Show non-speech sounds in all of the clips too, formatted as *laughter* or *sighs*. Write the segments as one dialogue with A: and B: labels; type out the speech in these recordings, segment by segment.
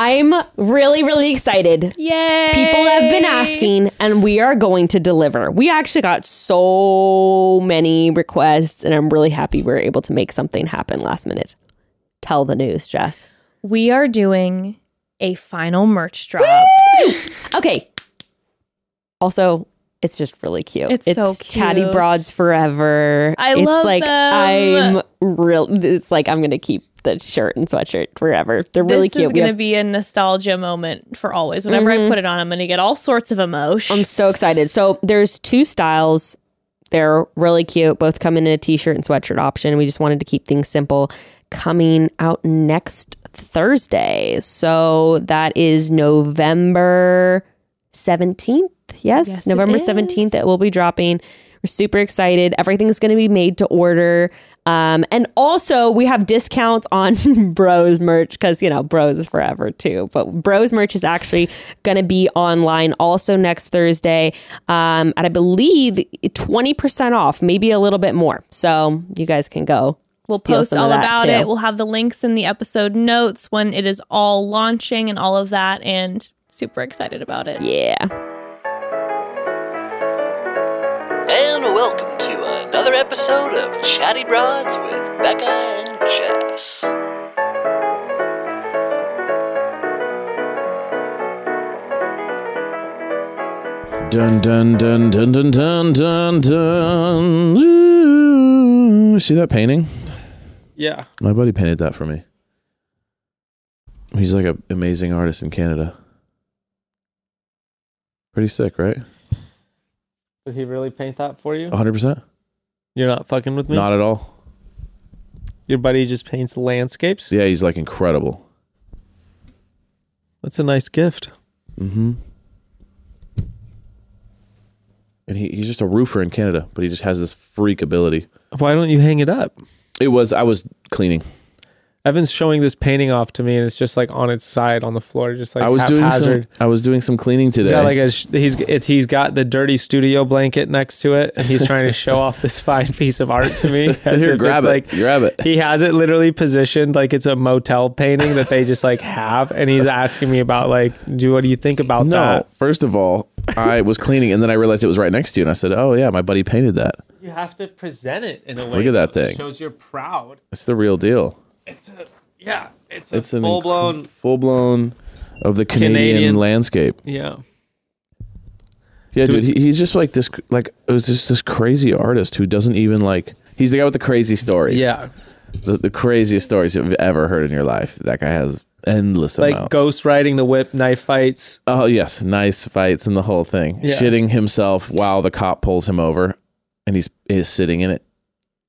A: I'm really, really excited.
B: Yay!
A: People have been asking, and we are going to deliver. We actually got so many requests, and I'm really happy we were able to make something happen last minute. Tell the news, Jess.
B: We are doing a final merch drop.
A: Okay. Also, it's just really cute.
B: It's so
A: chatty
B: cute.
A: broads forever.
B: I
A: it's
B: love
A: like
B: them.
A: I'm real. It's like I'm gonna keep the shirt and sweatshirt forever. They're really
B: this
A: cute.
B: is
A: We
B: going to
A: have- Mm-hmm.
B: be a nostalgia moment for always. Whenever I put it on, I'm going to get all sorts of emotion.
A: I'm so excited. So there's two styles. They're really cute. Both come in a t-shirt and sweatshirt option. We just wanted to keep things simple. Coming out next Thursday. So that is November 17th. Yes,
B: Yes, it
A: November
B: is.
A: 17th it will be dropping. We're super excited. Everything's going to be made to order. Um, and also, we have discounts on *laughs* Bros merch because, you know, Bros is forever too. But Bros merch is actually going to be online also next Thursday um, at, I believe, 20% off, maybe a little bit more. So you guys can go.
B: We'll
A: steal
B: post
A: some of
B: all
A: that,
B: about
A: too.
B: it. We'll have the links in the episode notes when it is all launching and all of that. And super excited about it.
A: yeah.
C: And welcome to another episode of Chatty Broads with Becca and Jess.
D: Dun dun dun dun dun dun dun dun. Ooh. See that painting?
E: Yeah.
D: My buddy painted that for me. He's like an amazing artist in Canada. Pretty sick, right?
E: Did he really paint that for you?
D: 100%?
E: You're not fucking with me?
D: Uh, Not at all.
E: Your buddy just paints landscapes?
D: Yeah, he's like incredible.
E: That's a nice gift.
D: Mm-hmm. And he, he's just a roofer in Canada, but he just has this freak ability.
E: Why don't you hang it up?
D: It was, I was cleaning.
E: Evan's showing this painting off to me and it's just like on its side on the floor, just like
D: I was doing
E: haphazard.
D: some, I was doing some cleaning today.
E: He's got like a sh- he's it's, he's got the dirty studio blanket next to it, and he's trying to show off this *laughs* fine piece of art to me. as
D: Here,
E: if
D: grab
E: it's
D: it.
E: Like,
D: grab it.
E: he has it literally positioned like it's a motel painting that they just like have, and he's asking me about like, do what do you think about
D: No,
E: that?
D: first of all, I was cleaning and then I realized it was right next to you and I said, "Oh yeah, my buddy painted that.
E: You have to present it in a
D: way at that that thing.
E: Shows you're proud.
D: It's the real deal."
E: It's a yeah. It's
D: It's an full-blown of the Canadian,
E: Canadian.
D: landscape.
E: yeah.
D: Yeah,
E: Do
D: dude, he, he's just like this like it was just this crazy artist who doesn't even like He's the guy with the crazy stories.
E: Yeah,
D: The, the craziest stories you've ever heard in your life. That guy has endless
E: like
D: amounts.
E: ghost riding the whip, knife fights.
D: Oh yes, nice fights and the whole thing.
E: Yeah.
D: Shitting himself while the cop pulls him over, and he's is sitting in it.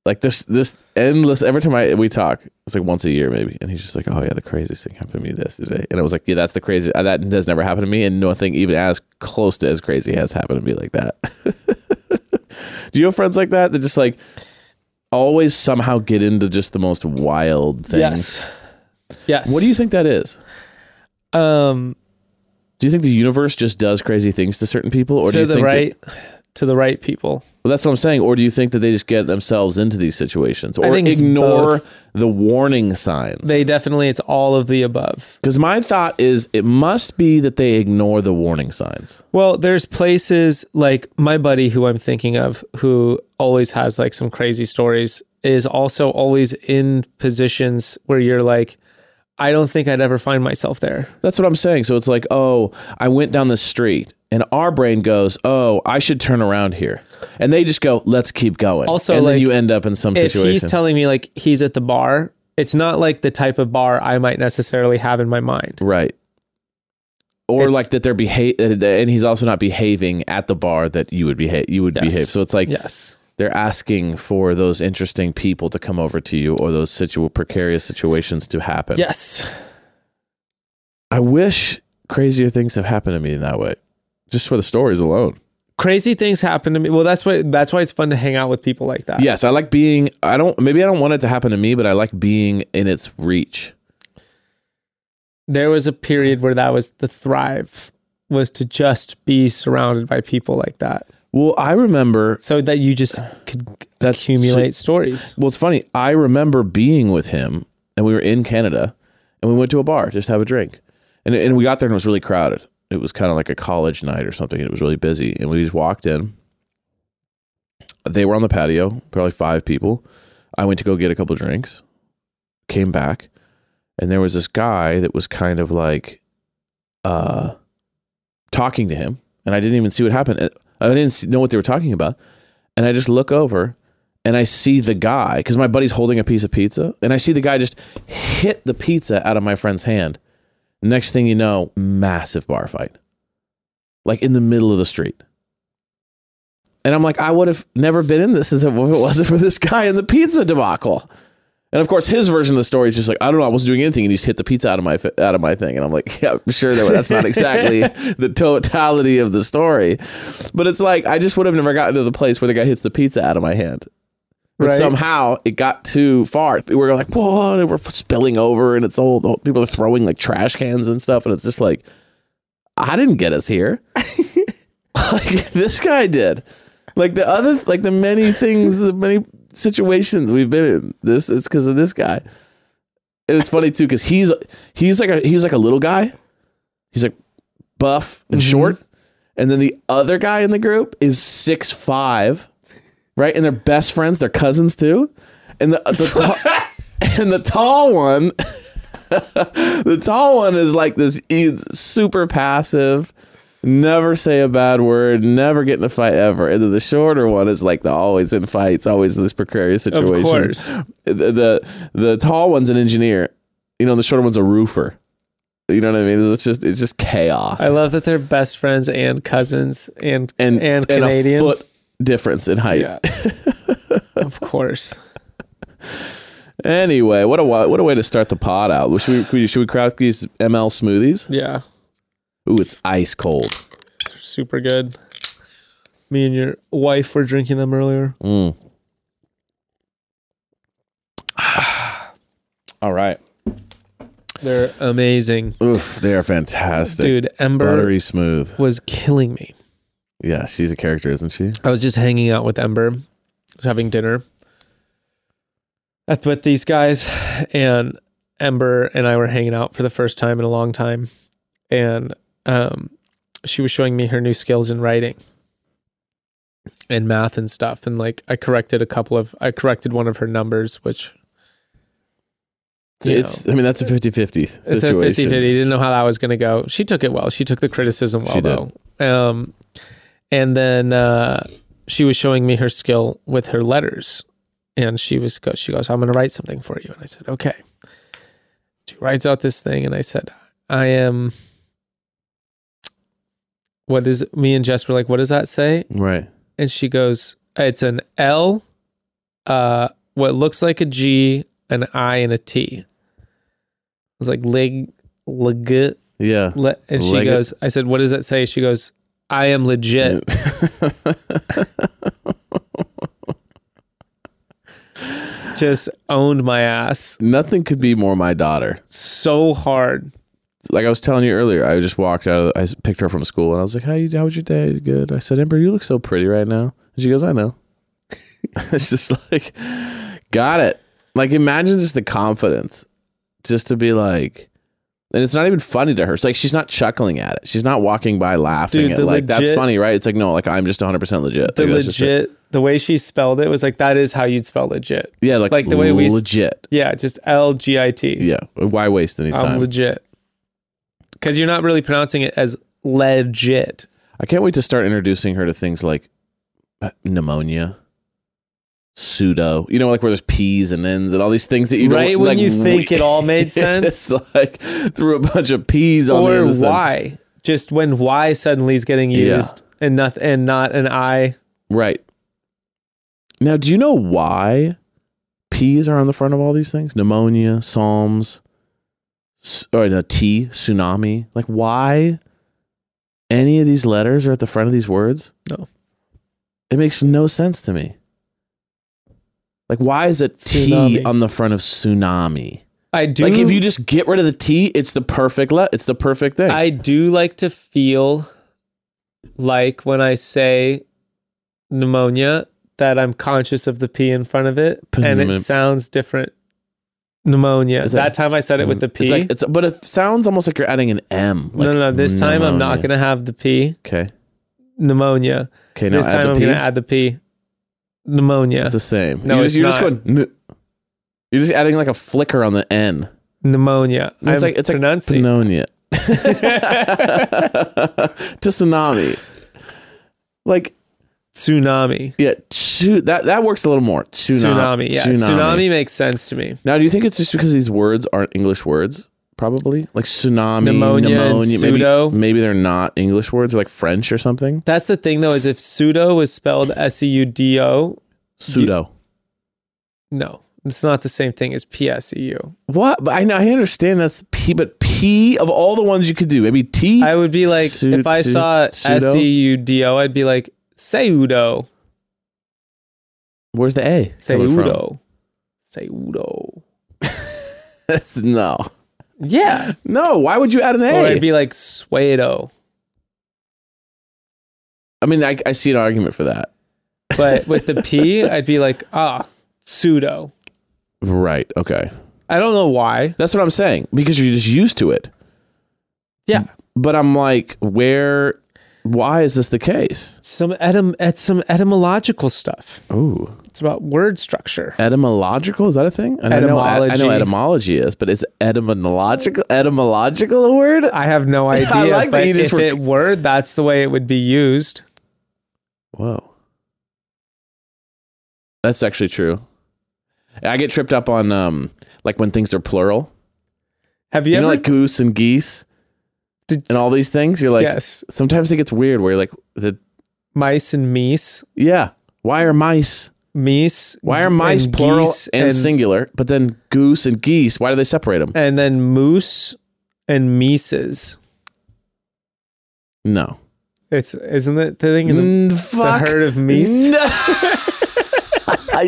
D: Like there's this endless. Every time I we talk, it's like once a year maybe, and he's just like, "Oh yeah, the craziest thing happened to me this today," and I was like, "Yeah, that's the craziest. uh, That has never happened to me, and nothing even as close to as crazy has happened to me like that." *laughs* Do you have friends like that that just like always somehow get into just the most wild things?
E: yes.
D: What do you think that is?
E: Um,
D: Do you think the universe just does crazy things to certain people, or do
E: to
D: you
E: the
D: think that-
E: right, to the right people.
D: Well, that's what I'm saying. Or do you think that they just get themselves into these situations, or
E: think it's
D: ignore
E: both.
D: the warning signs?
E: They definitely. It's all of the above.
D: because my thought is it must be that they ignore the warning signs.
E: Well, there's places like my buddy who I'm thinking of, who always has like some crazy stories, is also always in positions where you're like, I don't think I'd ever find myself there.
D: That's what I'm saying. So it's like, oh, I went down this street, and our brain goes, oh, I should turn around here, and they just go, let's keep going.
E: Also,
D: and
E: like,
D: then you end up in some
E: if
D: situation.
E: he's telling me like he's at the bar, it's not like the type of bar I might necessarily have in my mind.
D: Right. Or
E: It's-
D: like that they're behave, and he's also not behaving at the bar that you would behave. You would behave. So it's like
E: yes,
D: they're asking for those interesting people to come over to you, or those situ- precarious situations to happen.
E: yes.
D: I wish crazier things have happened to me in that way, just for the stories alone.
E: Crazy things happen to me. Well, that's why that's why it's fun to hang out with people like that.
D: Yes, I like being. I don't. Maybe I don't want it to happen to me, but I like being in its reach.
E: There was a period where that was the thrive was to just be surrounded by people like that,
D: Well, I remember
E: so that you just could
D: That's-
E: accumulate stories.
D: Well, it's funny. I remember being with him, and we were in Canada, and we went to a bar just to have a drink. And and and we got there and it was really crowded. It was kind of like a college night or something. It was really busy, and we just walked in. They were on the patio, probably five people. I went to go get a couple drinks, came back, and there was this guy that was kind of like, uh, talking to him, and I didn't even see what happened. I didn't see- know what they were talking about, and I just look over. And I see the guy because my buddy's holding a piece of pizza, and I see the guy just hit the pizza out of my friend's hand. Next thing you know, massive bar fight. Like in the middle of the street. And I'm like, I would have never been in this *laughs* if it wasn't for this guy and the pizza debacle. And of course, his version of the story is just like, I don't know, I wasn't doing anything, and he just hit the pizza out of my fi- out of my thing. And I'm like, *laughs* yeah, I'm sure that that's not exactly the totality of the story, but it's like I just would have never gotten to the place where the guy hits the pizza out of my hand. But
E: Right.
D: somehow it got too far. We were like, whoa, and we're spilling over, and it's all the whole- people are throwing like trash cans and stuff, and it's just like, I didn't get us here. like this guy did. Like the other, like the many things, the many situations we've been in. This it's because of this guy, and it's funny too because he's he's like a he's like a little guy. He's like buff and
E: Mm-hmm.
D: short, and then the other guy in the group is six five, right? And they're best friends. They're cousins too, and the, the
E: *laughs*
D: ta- and the tall one. *laughs* the tall one is like this he's super passive never say a bad word never get in a fight ever and then the shorter one is like the always in fights always in this precarious situation
E: course.
D: the, the the tall one's an engineer you know and the shorter one's a roofer you know what i mean it's just it's just chaos
E: I love that they're best friends and cousins and
D: and
E: and, Canadian.
D: a foot difference in height
E: Yeah. of course.
D: *laughs* anyway what a wa- what a way to start the pot out should we- should we should we craft these ml smoothies
E: Yeah.
D: ooh it's ice cold
E: Super good. Me and your wife were drinking them earlier.
D: Mm. All right.
E: They're amazing.
D: Oof, they are fantastic.
E: Dude, Ember
D: Buttery smooth.
E: was killing me.
D: Yeah, she's a character, isn't she?
E: I was just hanging out with Ember. I was having dinner at, with these guys, and Ember and I were hanging out for the first time in a long time. And um, she was showing me her new skills in writing and math and stuff. And like, I corrected a couple of, I corrected one of her numbers, which you
D: It's I mean that's a 50-50 situation.
E: it's a 50 50. Didn't know how that was going to go. She took it well. She took the criticism well,
D: She did.
E: though. Um, and then uh, she was showing me her skill with her letters. And she was go, she goes, I'm going to write something for you. And I said, okay. She writes out this thing. And I said, I am. What is me and Jess were like, what does that say?
D: Right.
E: and she goes, "It's an L, uh, what looks like a G, an I, and a T." I was like, "Leg, legit,"
D: Yeah.
E: le-, and she
D: Leg-
E: goes, "I said, what does that say?" She goes, "I
D: *laughs*
E: am legit." Just owned my ass
D: Nothing could be more my daughter.
E: so hard.
D: Like I was telling you earlier, I just walked out of I picked her from school and I was like, "How you how was your day?" Good. I said, "Ember, you look so pretty right now." And she goes, "I know." *laughs* it's just like got it. Like imagine just the confidence just to be like and it's not even funny to her. It's like she's not chuckling at it. She's not walking by laughing
E: Dude,
D: at
E: the
D: like that's
E: legit-
D: funny, right? It's like no, like I'm just 100% legit.
E: The
D: Like, that's just it.
E: legit, the way she spelled it was like that is how you'd spell legit.
D: yeah, like,
E: like the way we s-
D: legit.
E: Yeah, just L G I T.
D: Yeah, why waste any
E: I'm
D: time?
E: legit. Because you're not really pronouncing it as legit.
D: I can't wait to start introducing her to things like uh, pneumonia, pseudo. You know, like where there's P's and N's and all these things that you don't
E: right when
D: like,
E: you
D: *laughs*
E: think
D: we-
E: it all made sense,
D: it's *laughs* like threw a bunch of P's on the
E: or
D: end of the sentence.
E: why? Just when why suddenly is getting
D: Yeah.
E: used and not and not an I.
D: Right. Now, do you know why P's are on the front of all these things? Pneumonia, Psalms, s- or no, T, tsunami. Like, why any of these letters are at the front of these words?
E: No.
D: It makes no sense to me. Like, why is a T
E: Tsunami.
D: on the front of tsunami?
E: I do
D: Like, if you just get rid of the T, it's the perfect le- It's the perfect thing.
E: I do like to feel like when I say pneumonia that I'm conscious of the P in front of it and
D: Pneum-
E: it sounds different pneumonia.
D: Is
E: That,
D: that-
E: time I said it with the P.
D: It's like it's, but it sounds almost like you're adding an M. Like
E: no, no, no. This time I'm not
D: pneumonia.
E: going to have the P.
D: Okay.
E: Pneumonia.
D: Okay. Now
E: this
D: add
E: time
D: the
E: I'm
D: P.
E: going to add the P. Pneumonia.
D: It's the same.
E: No,
D: you're
E: it's
D: just, you're just
E: not.
D: going. "N-" You're just adding like a flicker on the N.
E: pneumonia.
D: It's
E: I'm
D: like it's like
E: pronouncing.
D: pneumonia.
E: *laughs*
D: *laughs* to tsunami. Like
E: tsunami.
D: yeah, tsu- that that works a little more. Tsunami.
E: Tsunami. Yeah. Tsunami. makes sense to me.
D: Now, do you think it's just because these words aren't English words? Probably like tsunami,
E: Pneumonia and pseudo.
D: Maybe, maybe they're not English words, like French or something.
E: That's the thing though, is if pseudo was spelled S E U D O,
D: Pseudo.
E: no. It's not the same thing as P S E U.
D: What? But I know I understand that's P, but P of all the ones you could do, maybe T.
E: I would be like,
D: Pseu-
E: if I
D: pseu-
E: saw
D: pseudo?
E: S E U D O, I'd be like, Seudo.
D: Where's the A? coming from?
E: Seudo. Seudo.
D: That's- no,
E: Yeah.
D: no. Why would you add an
E: Or
D: A? I
E: I'd be like, Suedo.
D: mean, I, I see an argument for that.
E: But with the P, I'd be like, ah, pseudo.
D: Right. Okay.
E: I don't know why.
D: That's what I'm saying because you're just used to it.
E: Yeah.
D: But I'm like, where? Why is this the case?
E: Some etym- at some etymological stuff.
D: Ooh.
E: It's about word structure.
D: Etymological is that a thing? And I know- e, I know, I know
E: Etymology.
D: etymology is, but is etymological etymological a word?
E: *laughs* I have no idea.
D: like that
E: but
D: you just
E: if
D: were-
E: it were, that's the way it would be used.
D: Whoa, that's actually true. I get tripped up on um like when things are plural.
E: Have
D: You,
E: you,
D: know,
E: ever?
D: like goose and geese,
E: Did-
D: and all these things. You're like,
E: yes,
D: sometimes it gets weird where you're like, the
E: mice and meese,
D: yeah, why are mice?
E: meese.
D: Why are
E: and
D: mice plural
E: geese
D: and, singular? But then goose and geese, why do they separate them?
E: and then moose and mises.
D: No.
E: It's isn't it the thing? in the-
D: Mm, fuck. *laughs*
E: herd of meese?
D: No. *laughs*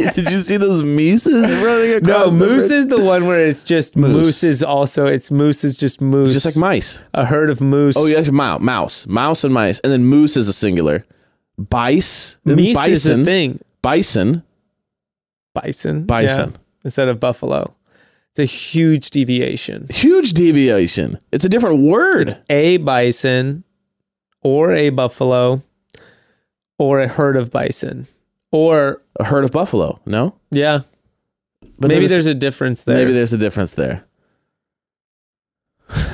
D: Did you see those mices *laughs* running
E: no,
D: across? the
E: moose
D: bridge?
E: is the one where it's just moose.
D: Moose.
E: is also it's moose is just moose,
D: just like mice.
E: a herd of moose.
D: Oh, yeah, that's mou- mouse, mouse, and mice, and then moose is a singular. Bice, and
E: meese
D: bison,
E: is a thing.
D: bison,
E: Bison,
D: Bison.
E: yeah, instead of buffalo. It's a huge deviation.
D: huge deviation. It's a different word.
E: It's a bison or a buffalo or a herd of bison or
D: a herd of buffalo. No,
E: yeah
D: but
E: maybe
D: there's
E: there's a difference there
D: maybe there's a difference there. *laughs*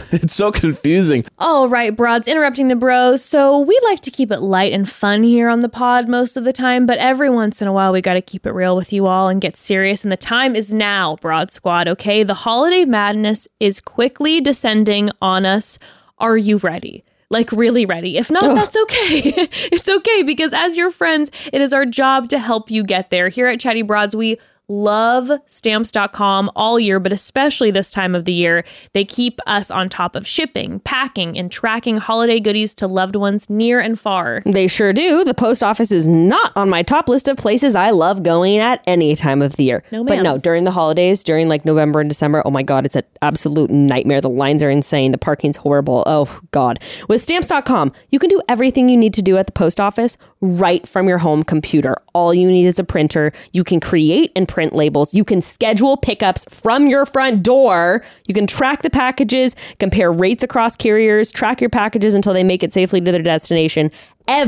D: it's so confusing.
B: All right, broads, interrupting the bros. So we like to keep it light and fun here on the pod most of the time, but every once in a while we got to keep it real with you all and get serious. And the time is now, broad squad, okay? The holiday madness is quickly descending on us. Are you ready? Like, really ready. If not, that's okay. *laughs* it's okay because, as your friends, it is our job to help you get there. Here at Chatty Broads, we love stamps.com all year, but especially this time of the year. They keep us on top of shipping, packing, and tracking holiday goodies to loved ones near and far.
A: They sure do. The post office is not on my top list of places I love going at any time of the year.
B: No,
A: but
B: ma'am.
A: no, during the holidays, during like November and December, oh my God, it's an absolute nightmare. The lines are insane. The parking's horrible. Oh God. With stamps.com, you can do everything you need to do at the post office right from your home computer. All you need is a printer. You can create and print labels. You can schedule pickups from your front door. You can track the packages, compare rates across carriers, track your packages until they make it safely to their destination.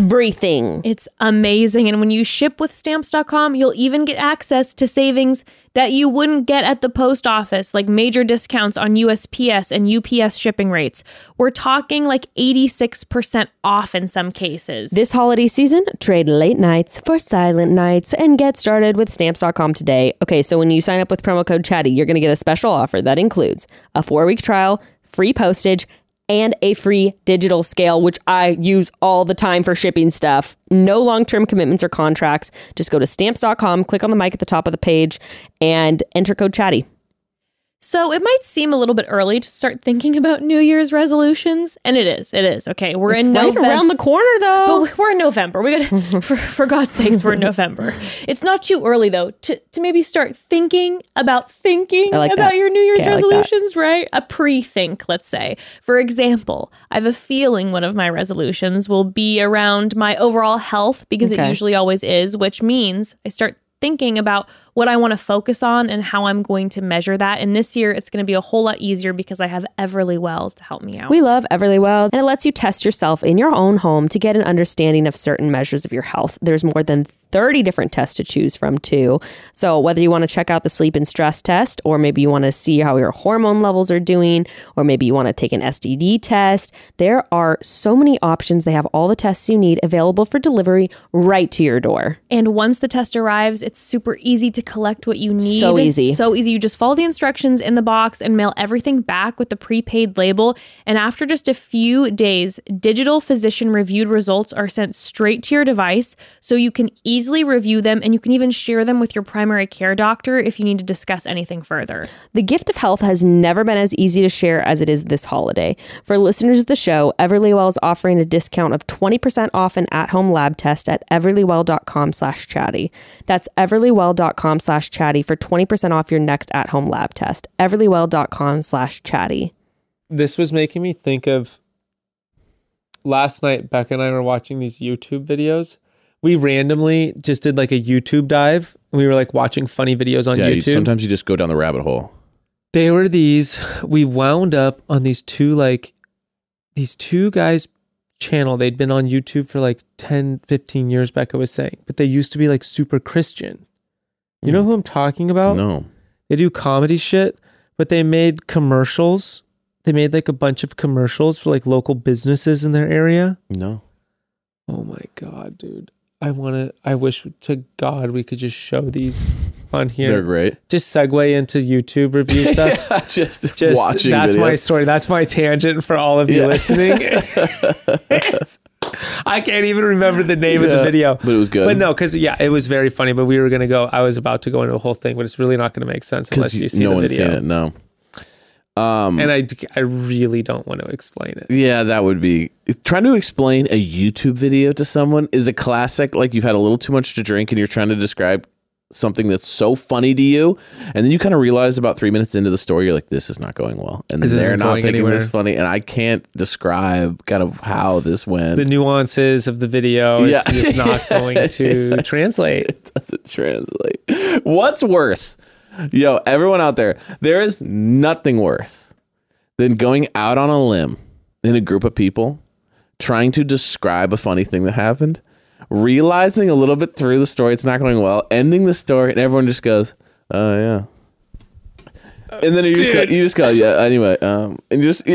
A: Everything.
B: It's amazing. And when you ship with stamps.com, you'll even get access to savings that you wouldn't get at the post office, like major discounts on USPS and UPS shipping rates. We're talking like 86% off in some cases.
A: This holiday season, trade late nights for silent nights and get started with stamps.com today. Okay, so when you sign up with promo code chatty, you're going to get a special offer that includes a 4-week trial, free postage, and a free digital scale which I use all the time for shipping stuff. No long-term commitments or contracts. Just go to stamps.com, click on the mic at the top of the page and enter code chatty.
B: So it might seem a little bit early to start thinking about New Year's resolutions, and it is. It is okay. We're
A: It's
B: in
A: right
B: November.
A: around the corner though.
B: but we're in November. We
A: *laughs*
B: got for, for God's sakes, we're in November. It's not too early though to, to maybe start thinking about thinking
A: I like
B: about
A: that.
B: your New Year's
A: Okay, I like that.
B: resolutions, right? A pre-think, let's say. For example, I have a feeling one of my resolutions will be around my overall health because
A: Okay.
B: it usually always is, which means I start thinking about what I want to focus on and how I'm going to measure that. And this year, it's going to be a whole lot easier because I have Everly Well to help me out.
A: We love Everly Well, and it lets you test yourself in your own home to get an understanding of certain measures of your health. There's more than 30 different tests to choose from, too. So, whether you want to check out the sleep and stress test, or maybe you want to see how your hormone levels are doing, or maybe you want to take an STD test, there are so many options. They have all the tests you need available for delivery right to your door.
B: And once the test arrives, it's super easy to collect what you need.
A: So easy.
B: So easy. You just follow the instructions in the box and mail everything back with the prepaid label. And after just a few days, digital physician reviewed results are sent straight to your device so you can easily review them and you can even share them with your primary care doctor if you need to discuss anything further.
A: The gift of health has never been as easy to share as it is this holiday. For listeners of the show, Everlywell is offering a discount of 20% off an at-home lab test at everlywell.com slash chatty. That's everlywell.com slash chatty for 20% off your next at-home lab test. everlywell.com slash chatty.
E: this was making me think of last night becca and i were watching these youtube videos we randomly just did like a youtube dive we were like watching funny videos on
D: yeah, you-
E: youtube
D: sometimes you just go down the rabbit hole.
E: they were these we wound up on these two like these two guys channel they'd been on youtube for like 10 15 years becca was saying but they used to be like super christian you know who i'm talking about
D: Hmm. No.
E: they do comedy shit, but they made commercials. They made like a bunch of commercials for like local businesses in their area.
D: No.
E: Oh my god, dude. I want to I wish to god we could just show these on
D: They're
E: here.
D: great.
E: just segue into YouTube
D: *laughs*
E: review stuff.
D: just,
E: Just
D: watching
E: that's my
D: videos.
E: story. That's my tangent for all of you
D: Yeah. *laughs*
E: listening. It's- I can't even remember the name of the
D: Yeah,
E: video.
D: but it was good.
E: But no, because yeah, it was very funny. But we were gonna go. I was about to go into the whole thing, but it's really not gonna make sense unless you see
D: no
E: the
D: one's
E: video.
D: seen it. No. Um,
E: and I, d- I really don't want to explain it.
D: Yeah, that would be trying to explain a YouTube video to someone is a classic. Like you've had a little too much to drink and you're trying to describe something that's so funny to you, and then you kind of realize about three minutes into the story, you're like, "This is not going well," and
E: This
D: they're
E: isn't
D: not
E: going
D: thinking
E: anywhere.
D: this funny, and I can't describe kind of how this went.
E: The nuances of the video
D: *laughs*
E: is
D: Yeah.
E: just not going to translate.
D: *laughs* it doesn't translate. What's worse? Yo, everyone out there, there is nothing worse than going out on a limb in a group of people trying to describe a funny thing that happened, realizing a little bit through the story it's not going well, ending the story, and everyone just goes, "Oh yeah." And then you just go,
E: Uh, Dude.
D: you just go,
E: *laughs*
D: yeah. Anyway, um, and you just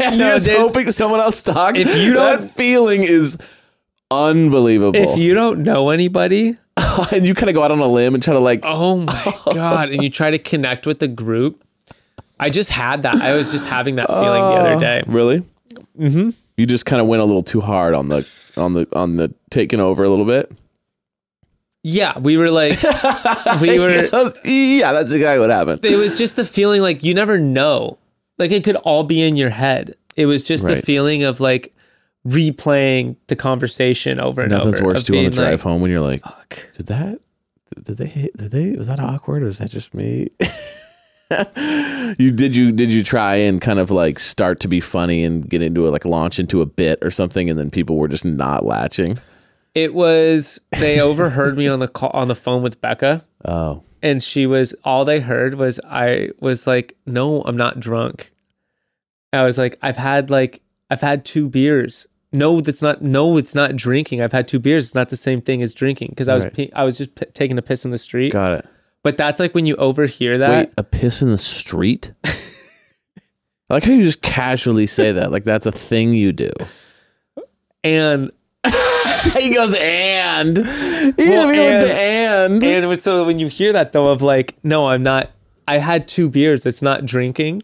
D: *laughs* and
E: No,
D: you're just
E: there's-
D: hoping someone else talks.
E: If you
D: that
E: don't-
D: feeling is unbelievable
E: If you don't know anybody,
D: *laughs* and you kind of go out on a limb and try to like
E: oh
D: *laughs*
E: my god, and you try to connect with the group. I just had that. I was just having that feeling the
D: Oh.
E: other day.
D: really mm-hmm. you just kind of went a little too hard on the on the on the taking over a little bit *laughs*
E: Yeah, we were like, we were.
D: yeah that's exactly what happened
E: It was just the feeling like you never know. Like it could all be in your head. It was just the
D: Right.
E: feeling of like replaying the conversation over and
D: nothing's
E: over.
D: worse
E: of
D: too on the
E: being
D: drive
E: like,
D: home when you're like
E: Fuck.
D: did that did they hit did they was that awkward or is that just me *laughs* you did you did you try and kind of like start to be funny and get into a like launch into a bit or something and then people were just not latching
E: It was they overheard me on the call on the phone with Becca,
D: oh
E: and she was all they heard was I was like, "No, I'm not drunk." I was like, "I've had like I've had two beers." No, that's not. No, it's not drinking. I've had two beers. It's not the same thing as drinking because I was
D: Right.
E: pe- I was just p- taking a piss in the street.
D: got it
E: But that's like when you overhear that.
D: Wait, a piss in the street? I like how you just casually say that. Like that's a thing you do.
E: and
D: *laughs* he goes, and he
E: Well,
D: hit me with the and.
E: and it was- so when you hear that though of like no i'm not i had two beers that's not drinking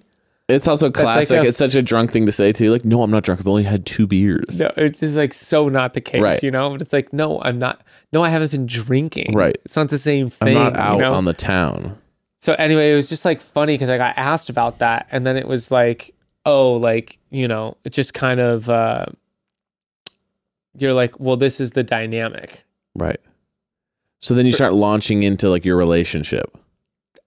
D: It's also
E: like
D: classic.
E: a-
D: it's such a drunk thing to say too. Like, no, I'm not drunk. I've only had two beers.
E: no it's just like so not the case
D: Right.
E: you know but it's like no i'm not no i haven't been drinking
D: Right.
E: it's not the same
D: I'm
E: thing
D: not out
E: you know?
D: on the town.
E: so anyway it was just like funny because i got asked about that and then it was like oh like you know it just kind of uh you're like well this is the dynamic
D: Right. So then you start launching into like your relationship,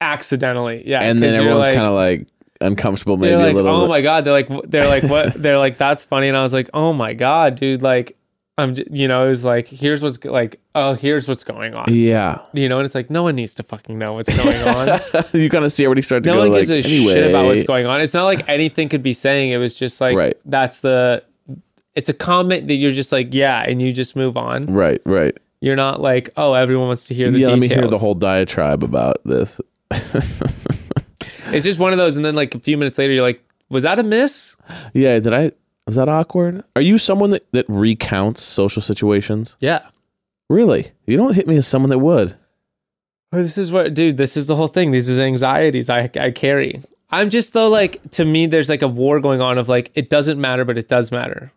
E: accidentally yeah
D: and then
E: 'cause you're
D: everyone's
E: like-
D: kind of like uncomfortable, maybe
E: they're like,
D: a little.
E: oh
D: bit. *laughs*
E: my god. They're like, w- they're like, what? they're like, that's funny. And I was like, oh my god, dude. Like, I'm, j- you know, it was like, here's what's go- like, oh, here's what's going on,
D: Yeah.
E: you know, and it's like no one needs to fucking know what's
D: *laughs*
E: going on.
D: you kind of see everybody start to
E: no
D: go
E: one
D: like,
E: gives a
D: anyway.
E: shit about what's going on. It's not like anything could be saying. It was just like
D: Right.
E: that's the. It's a comment that you're just like yeah, and you just move on.
D: Right, right.
E: You're not like oh, everyone wants to hear the
D: yeah,
E: details.
D: let me hear the whole diatribe about this. *laughs*
E: It's just one of those, and then like a few minutes later, you're like, was that a miss?
D: Yeah, did I? Was that awkward? Are you someone that, that recounts social situations?
E: Yeah.
D: Really? You don't hit me as someone that would.
E: Oh, This is what, dude. This is the whole thing. These is anxieties I, I carry. I'm just though like to me, there's like a war going on of like it doesn't matter, but it does matter.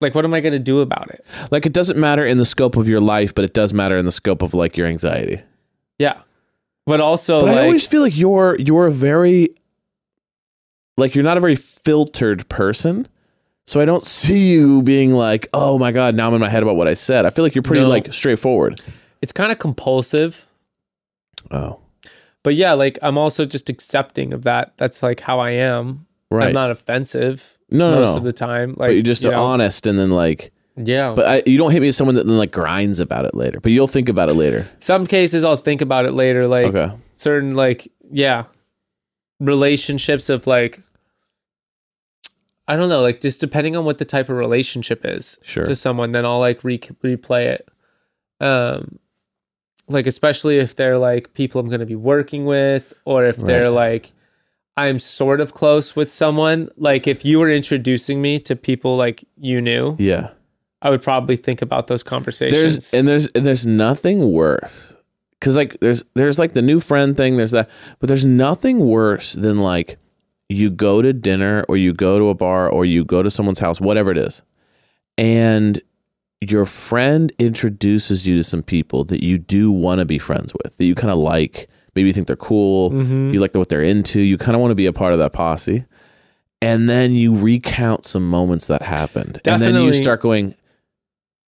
E: Like, what am I gonna do about it?
D: Like it doesn't matter in the scope of your life, but it does matter in the scope of like your anxiety.
E: Yeah, but also
D: But
E: Oh, like
D: I always feel like you're you're a very like you're not a very filtered person. So I don't see you being like, "Oh my god, now I'm in my head about what I said." I feel like you're pretty
E: No.
D: like straightforward.
E: it's kind of compulsive.
D: Oh.
E: but yeah, like I'm also just accepting of that. That's like how I am.
D: Right.
E: I'm not offensive
D: No, no,
E: most
D: no.
E: of the time. Like
D: but you're just
E: you know,
D: honest and then like
E: Yeah. But
D: but I, you don't hit me as someone that then like grinds about it later. But you'll think about it later.
E: some cases I'll think about it later. Like
D: okay.
E: certain like yeah. Relationships of like I don't know, like just depending on what the type of relationship is
D: Sure.
E: to someone, then I'll like re- replay it. Um like especially if they're like people I'm going to be working with or if
D: Right.
E: they're like I'm sort of close with someone, like if you were introducing me to people like you knew,
D: Yeah.
E: I would probably think about those conversations.
D: There's and there's and there's nothing worse because like there's there's like the new friend thing. There's that, but there's nothing worse than like you go to dinner or you go to a bar or you go to someone's house, whatever it is, and your friend introduces you to some people that you do want to be friends with that you kind of like. Maybe you think they're cool. *laughs*
E: Mm-hmm.
D: You like what they're into. You kind of want to be a part of that posse. And then you recount some moments that happened. And then you
E: Definitely.
D: start going,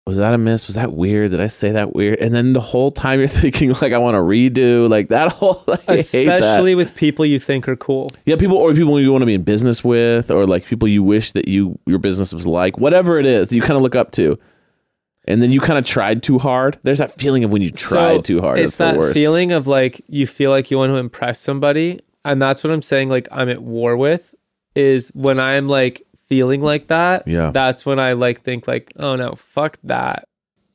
D: was that a miss? Was that weird? Did I say that weird? And then the whole time you're *laughs* thinking like I want to redo like that whole *laughs* like,
E: especially with people you think are cool.
D: yeah people or people you want to be in business with or like people you wish that you your business was like whatever it is that you kind of look up to, and then you kind of tried too hard. There's that feeling of when you tried
E: So,
D: too hard.
E: It's
D: It's
E: that
D: the worst.
E: feeling of like you feel like you want to impress somebody, and that's what I'm saying. Like I'm at war with is when I'm like feeling like that.
D: Yeah.
E: that's when I like think like, oh no, fuck that.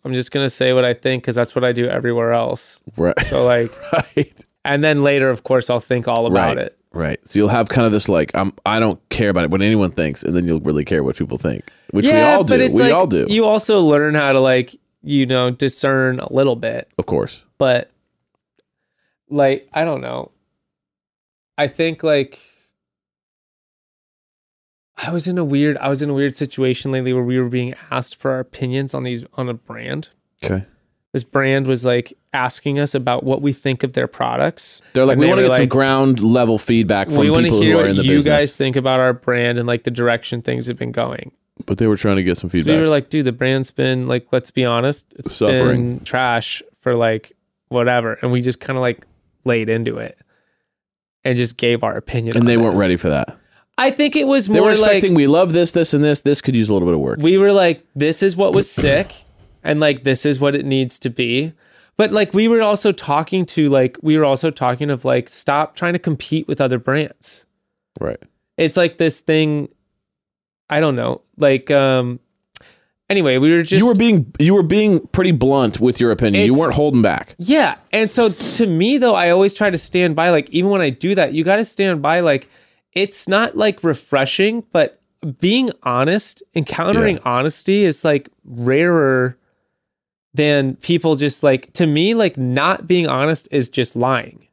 E: I'm just gonna say what I think because that's what I do everywhere else.
D: *laughs* right,
E: So like,
D: right,
E: and then later, of course, I'll think all about
D: right,
E: it.
D: right. So you'll have kind of this like I'm I don't care about it what anyone thinks, and then you'll really care what people think, which we all do. We
E: like,
D: all do,
E: You also learn how to like you know discern a little bit.
D: of course.
E: but like i don't know i think like i was in a weird i was in a weird situation lately where we were being asked for our opinions on these on a brand
D: Okay.
E: this brand was like asking us about what we think of their products
D: They're like,
E: And
D: we
E: they
D: want to
E: were
D: get some
E: like,
D: ground level feedback from
E: we want to
D: people
E: hear
D: who are
E: what
D: in the
E: you
D: business.
E: guys think about our brand and like the direction things have been going
D: but they were trying to get some
E: So we were like, dude, the brand's been like, let's be honest, it's
D: Suffering.
E: been trash for like whatever, and we just kind of like laid into it and just gave our opinion.
D: and
E: on
D: they weren't
E: this.
D: ready for that.
E: I think it was
D: They
E: more
D: were expecting
E: like
D: we love this, this, and this. This could use a little bit of work.
E: we were like, this is what was sick, and like this is what it needs to be. But like we were also talking to like we were also talking of like stop trying to compete with other brands.
D: right.
E: It's like this thing, I don't know. Like um, anyway, we were just
D: you were being you were being pretty blunt with your opinion. You
E: It's-
D: weren't holding back.
E: Yeah. And so to me though, I always try to stand by like even when I do that, you got to stand by like it's not like refreshing, but being honest, encountering honesty is like rarer than people just like to me like not being honest is just lying.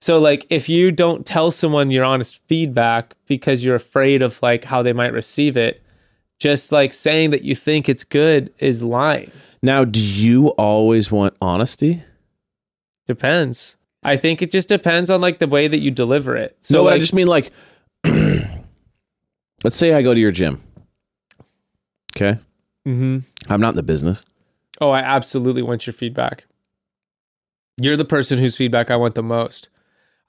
E: So like if you don't tell someone your honest feedback because you're afraid of like how they might receive it, just like saying that you think it's good is lying.
D: Now, do you always want honesty?
E: Depends. I think it just depends on like the way that you deliver it. So
D: no, but I
E: like,
D: just mean like, *clears throat* let's say I go to your gym. Okay,
E: Mhm.
D: I'm not in the business.
E: Oh, I absolutely want your feedback. You're the person whose feedback I want the most.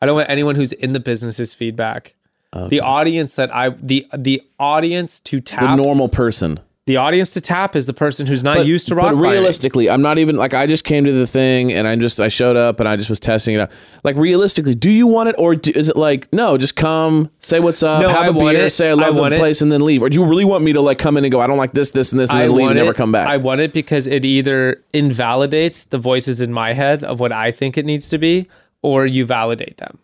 E: I don't want anyone who's in the business's feedback.
D: Okay.
E: The audience that I the the audience to
D: The
E: tap
D: normal person.
E: The audience to tap is the person who's not used to rock
D: But
E: climbing.
D: realistically, I'm not even like I just came to the thing and I just I showed up and I just was testing it out. Like realistically, do you want it or do, is it like no? Just come, say what's up,
E: No,
D: have
E: I
D: a
E: want
D: beer,
E: it.
D: say I
E: I
D: love
E: want
D: the
E: it.
D: place, and then leave. Or do you really want me to like come in and go? I don't like this, this, and this, and then leave and
E: want
D: never
E: it-
D: come back.
E: I want it because it either invalidates the voices in my head of what I think it needs to be, or you validate them.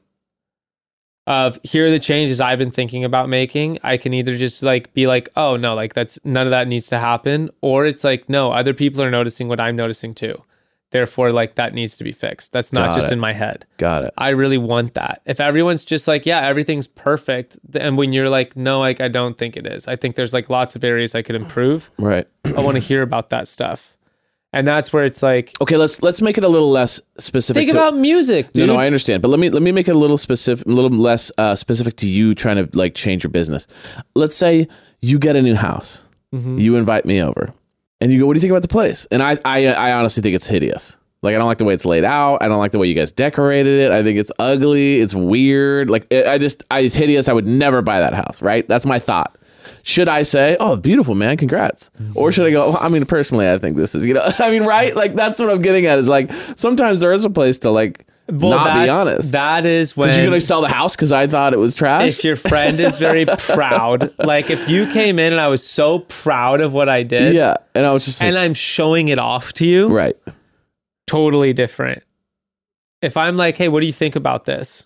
E: Of here are the changes I've been thinking about making. I can either just like be like, oh no, like that's none of that needs to happen, or it's like, no, other people are noticing what I'm noticing too. Therefore, like that needs to be fixed. That's not
D: Got
E: just
D: it.
E: in my head.
D: Got it.
E: I really want that. If everyone's just like, yeah, everything's perfect, th- and when you're like, no, like I don't think it is. I think there's like lots of areas I could improve.
D: Right. *clears throat*
E: I want to hear about that stuff. And that's where it's like,
D: Okay. Let's let's make it a little less specific.
E: think
D: to-
E: about music,
D: No,
E: dude.
D: no, I understand, but let me let me make it a little specific, a little less uh, specific to you trying to like change your business. Let's say you get a new house, you invite me over, and you go, "What do you think about the place?" And I, I, uh, I honestly think it's hideous. Like I don't like the way it's laid out. I don't like the way you guys decorated it. I think it's ugly. It's weird. Like it, I just, I, it's hideous. I would never buy that house. Right? That's my thought. Should I say, "Oh, beautiful man, congrats,"
E: Mm-hmm.
D: or should I go? Well, I mean, personally, I think this is, you know, *laughs* I mean, right? Like that's what I'm getting at. Is like sometimes there is a place to like
E: Well,
D: not be
E: that's-
D: honest.
E: That is when
D: Because you're gonna sell the house because I thought it was trash.
E: if your friend
D: *laughs*
E: is very proud, like if you came in and I was so proud of what I did
D: yeah, and I was just like,
E: and I'm showing it off to you,
D: right.
E: totally different. If I'm like, hey, what do you think about this?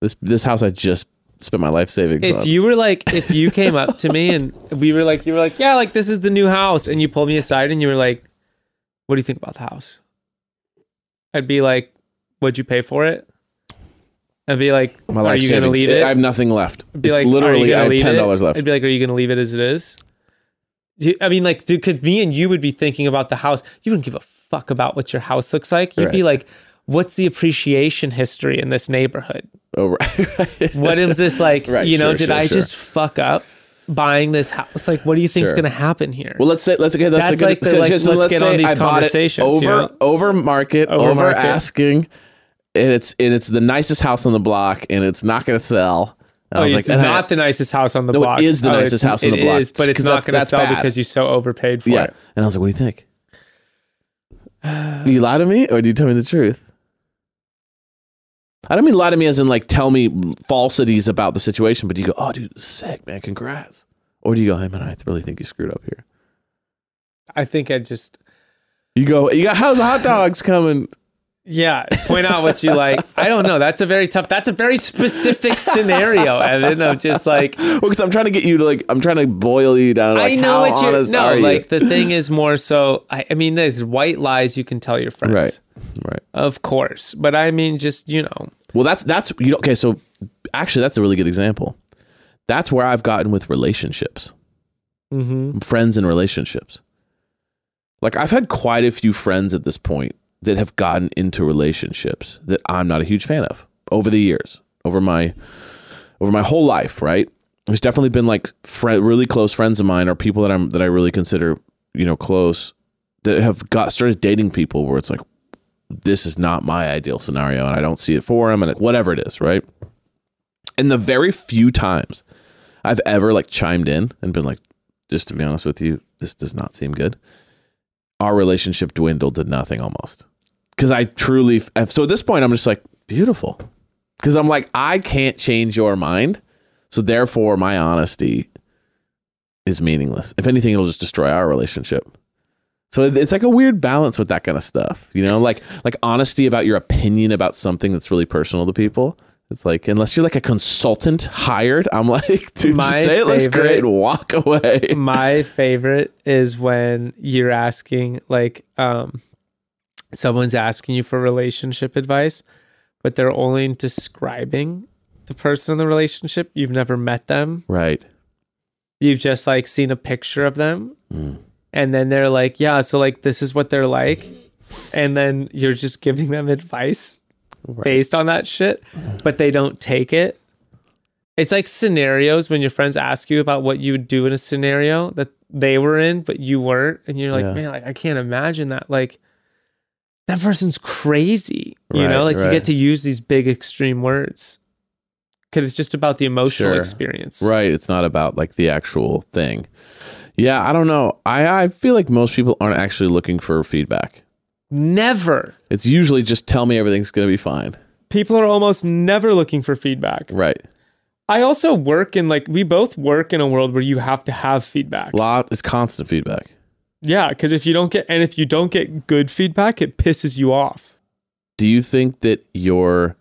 D: This this house I just spent my life savings
E: If
D: on.
E: you were like, if you came up to me and we were like, you were like, yeah, like this is the new house, and you pulled me aside and you were like, what do you think about the house? I'd be like, what'd you pay for it? I'd be like,
D: my
E: are
D: life
E: you
D: savings.
E: gonna leave it?
D: I have nothing left.
E: be
D: it's
E: like, are you
D: literally
E: gonna
D: I have
E: leave
D: ten
E: it?
D: dollars left.
E: I'd be like, are you gonna leave it as it is? Do you- I mean, like, dude, because me and you would be thinking about the house. You wouldn't give a fuck about what your house looks like. You'd be like, what's the appreciation history in this neighborhood?
D: Oh,
E: *laughs*
D: right, right.
E: what is this
D: *laughs*
E: like
D: Right,
E: you know
D: sure,
E: did
D: sure,
E: i
D: sure.
E: just fuck up buying this house like what do you think's
D: Sure.
E: gonna happen here
D: Well, let's say let's okay, that's, a
E: That's
D: good.
E: like the, like,
D: just-
E: let's get
D: say
E: on these
D: I bought it
E: conversations,
D: over
E: you know?
D: over market over,
E: Over market.
D: asking, and it's and it's the nicest house on the block, and it's not going to sell. And
E: Oh,
D: I was
E: it's
D: like, and I-
E: not the nicest house on the
D: No, it
E: block. Oh,
D: is the
E: it's-
D: nicest house on the
E: it
D: block,
E: is, but it's
D: 'cause
E: not
D: that's-
E: going to
D: that's
E: sell
D: bad.
E: because you so overpaid for
D: yeah.
E: it.
D: And I was like, what do you think? do *sighs* you lie to me or do you tell me the truth? I don't mean lie to me as in like tell me falsities about the situation, but you go, oh, dude, sick, man, congrats. Or do you go, hey, man, I really think you screwed up here?
E: I think I just
D: You go, you got, how's the hot dogs coming?
E: yeah. Point out what you like. I don't know. That's a very tough. That's a very specific scenario, Evan. Of just like
D: Well, because I'm trying to get you to like, I'm trying to boil you down. to, Like,
E: I know
D: how
E: what you're.
D: honest
E: No,
D: are you?
E: like the thing is more so. I, I mean, there's white lies you can tell your friends,
D: right, right.
E: Of course, but I mean, just you know,
D: Well, that's that's you know, okay. So actually, that's a really good example. That's where I've gotten with relationships, mm-hmm. friends and relationships. Like I've had quite a few friends at this point that have gotten into relationships that I'm not a huge fan of over the years, over my over my whole life. Right? There's definitely been like friend, really close friends of mine or people that I'm that I really consider you know close that have got started dating people where it's like this is not my ideal scenario and I don't see it for him and it- whatever it is, right? And the very few times I've ever like chimed in and been like, just to be honest with you, this does not seem good. Our relationship dwindled to nothing almost. Cause I truly, f- so at this point, I'm just like, beautiful. Cause I'm like, I can't change your mind. So therefore, my honesty is meaningless. If anything, it'll just destroy our relationship. So it- it's like a weird balance with that kind of stuff, you know, like like honesty about your opinion about something that's really personal to people. It's like unless you're like a consultant hired, I'm like, *laughs* dude,
E: My
D: just say it looks
E: favorite-
D: great and walk *laughs* away.
E: *laughs* my favorite is when you're asking like um someone's asking you for relationship advice but they're only describing the person in the relationship you've never met them
D: Right.
E: you've just like seen a picture of them
D: Mm.
E: and then they're like yeah so like this is what they're like and then you're just giving them advice based on that shit but they don't take it it's like scenarios when your friends ask you about what you would do in a scenario that they were in but you weren't and you're like
D: Yeah.
E: man like i can't imagine that like that person's crazy you
D: Right,
E: know like
D: right.
E: you get to use these big extreme words because it's just about the emotional
D: Sure.
E: experience
D: Right. It's not about like the actual thing. Yeah, I don't know. I, I feel like most people aren't actually looking for feedback.
E: Never.
D: It's usually just tell me everything's going to be fine.
E: People are almost never looking for feedback.
D: Right.
E: I also work in like we both work in a world where you have to have feedback.
D: Lot it's constant feedback.
E: Yeah, because if you don't get and if you don't get good feedback, it pisses you off.
D: Do you think that your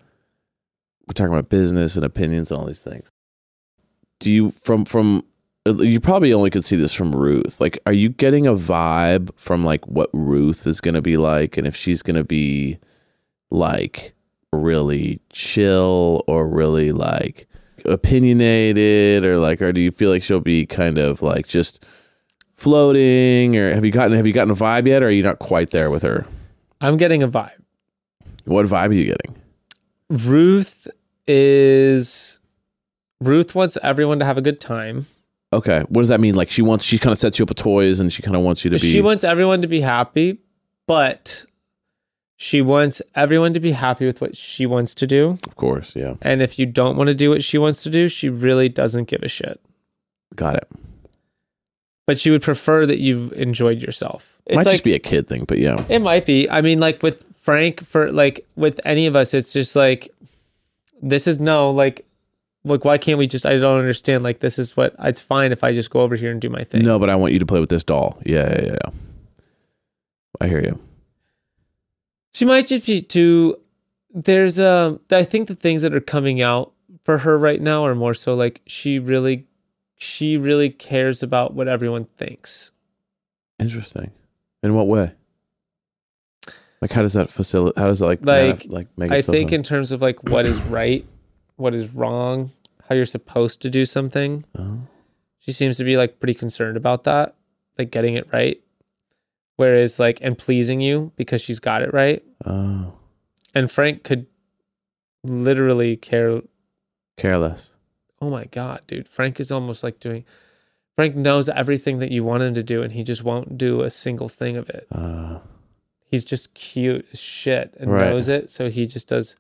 D: we're talking about business and opinions and all these things. Do you from from you probably only could see this from Ruth. Like are you getting a vibe from like what Ruth is going to be like and if she's going to be like really chill or really like opinionated or like or do you feel like she'll be kind of like just floating or have you gotten have you gotten a vibe yet or are you not quite there with her?
E: I'm getting a vibe.
D: What vibe are you getting?
E: Ruth is Ruth wants everyone to have a good time.
D: Okay. What does that mean? Like she wants she kind of sets you up with toys and she kind of wants you to be
E: She wants everyone to be happy, but she wants everyone to be happy with what she wants to do.
D: of course, yeah.
E: And if you don't want to do what she wants to do, she really doesn't give a shit.
D: Got it.
E: But she would prefer that you enjoyed yourself. It's
D: Might
E: like,
D: just be a kid thing, but yeah.
E: It might be. I mean, like with Frank, for like with any of us, it's just like this is no like like why can't we just? I don't understand. Like this is what it's fine if I just go over here and do my thing.
D: No, but I want you to play with this doll. Yeah, yeah, yeah. yeah. I hear you.
E: She might just be too. There's um. I think the things that are coming out for her right now are more so like she really, she really cares about what everyone thinks.
D: Interesting. In what way? Like how does that facilitate how does that like
E: Like,
D: manif- like make
E: I
D: itself
E: think
D: known?
E: in terms of like what is right, what is wrong, how you're supposed to do something.
D: Oh.
E: She seems to be like pretty concerned about that, like getting it right. Whereas like and pleasing you because she's got it right.
D: oh.
E: And Frank could literally care
D: Careless.
E: oh my god, dude, Frank is almost like doing. Frank knows everything that you want him to do, and he just won't do a single thing of it.
D: Uh,
E: He's just cute as shit and
D: Right.
E: knows it, so he just does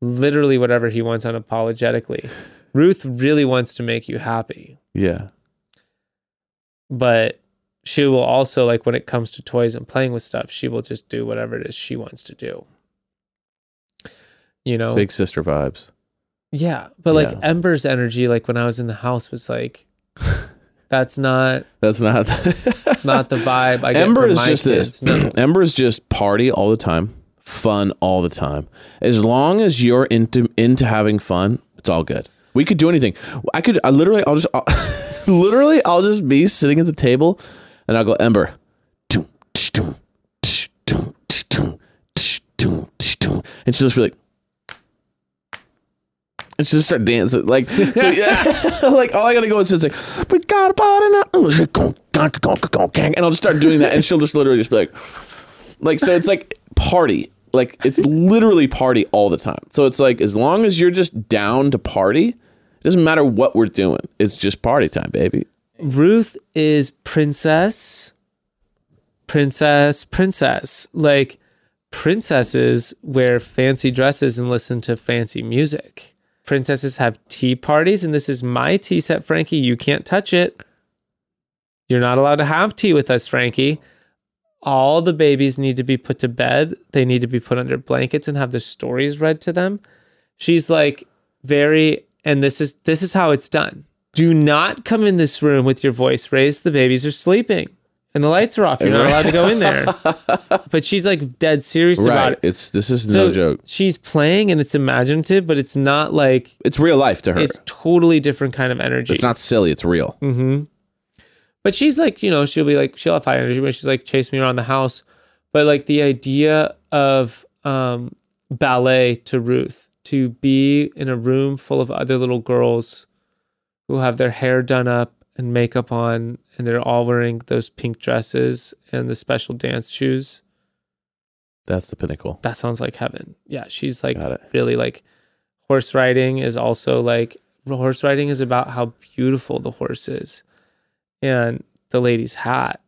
E: literally whatever he
D: *laughs*
E: wants unapologetically. Ruth really wants to make you happy,
D: yeah.
E: but she will also like when it comes to toys and playing with stuff, she will just do whatever it is she wants to do. You know,
D: Big sister vibes.
E: Yeah, but like
D: Yeah.
E: Ember's energy, like when I was in the house,
D: *laughs*
E: was like, that's not
D: That's not *laughs*
E: not the vibe. I get
D: Ember
E: from
D: is
E: my
D: just
E: kids.
D: this.
E: No.
D: *clears throat* Ember is just party all the time, fun all the time. As long as you're into into having fun, it's all good. We could do anything. I could. I literally. I'll *laughs* just. I'll, literally, I'll just be sitting at the table, and I'll go Ember. "Dum, tsh, dum, tsh, dum, tsh, dum, tsh, dum, tsh, dum," And she'll just be like. And she'll just start dancing. Like, so
E: *laughs*
D: yeah, *laughs* like all I gotta go is just like, we got a body now. And I'll just start doing that. And she'll just literally just be like, like, so it's like party. Like, it's literally party all the time. So it's like, as long as you're just down to party, it doesn't matter what we're doing. It's just party time, baby.
E: Ruth is princess, princess, princess. Like princesses wear fancy dresses and listen to fancy music. Princesses have tea parties, and this is my tea set, Frankie. You can't touch it. You're not allowed to have tea with us, Frankie. All the babies need to be put to bed. They need to be put under blankets and have their stories read to them. She's like very, and this is this is how it's done. Do not come in this room with your voice raised. The babies are sleeping and the lights are off. You're not allowed to go in there. But she's like dead serious about
D: Right.
E: it.
D: It's, this is
E: So
D: no joke.
E: She's playing and it's imaginative, but it's not like
D: It's real life to her.
E: it's
D: It's,
E: totally different kind of energy.
D: not silly. It's real.
E: Mm-hmm. But she's like, you know, she'll be like, she'll have high energy when she's like, chase me around the house. But like the idea of um, ballet to Ruth to be in a room full of other little girls who have their hair done up and makeup on, and they're all wearing those pink dresses and the special dance shoes
D: That's the pinnacle.
E: that sounds like heaven. Yeah, she's like
D: Got it.
E: really like horse riding is also like horse riding is about how beautiful the horse is and the lady's hat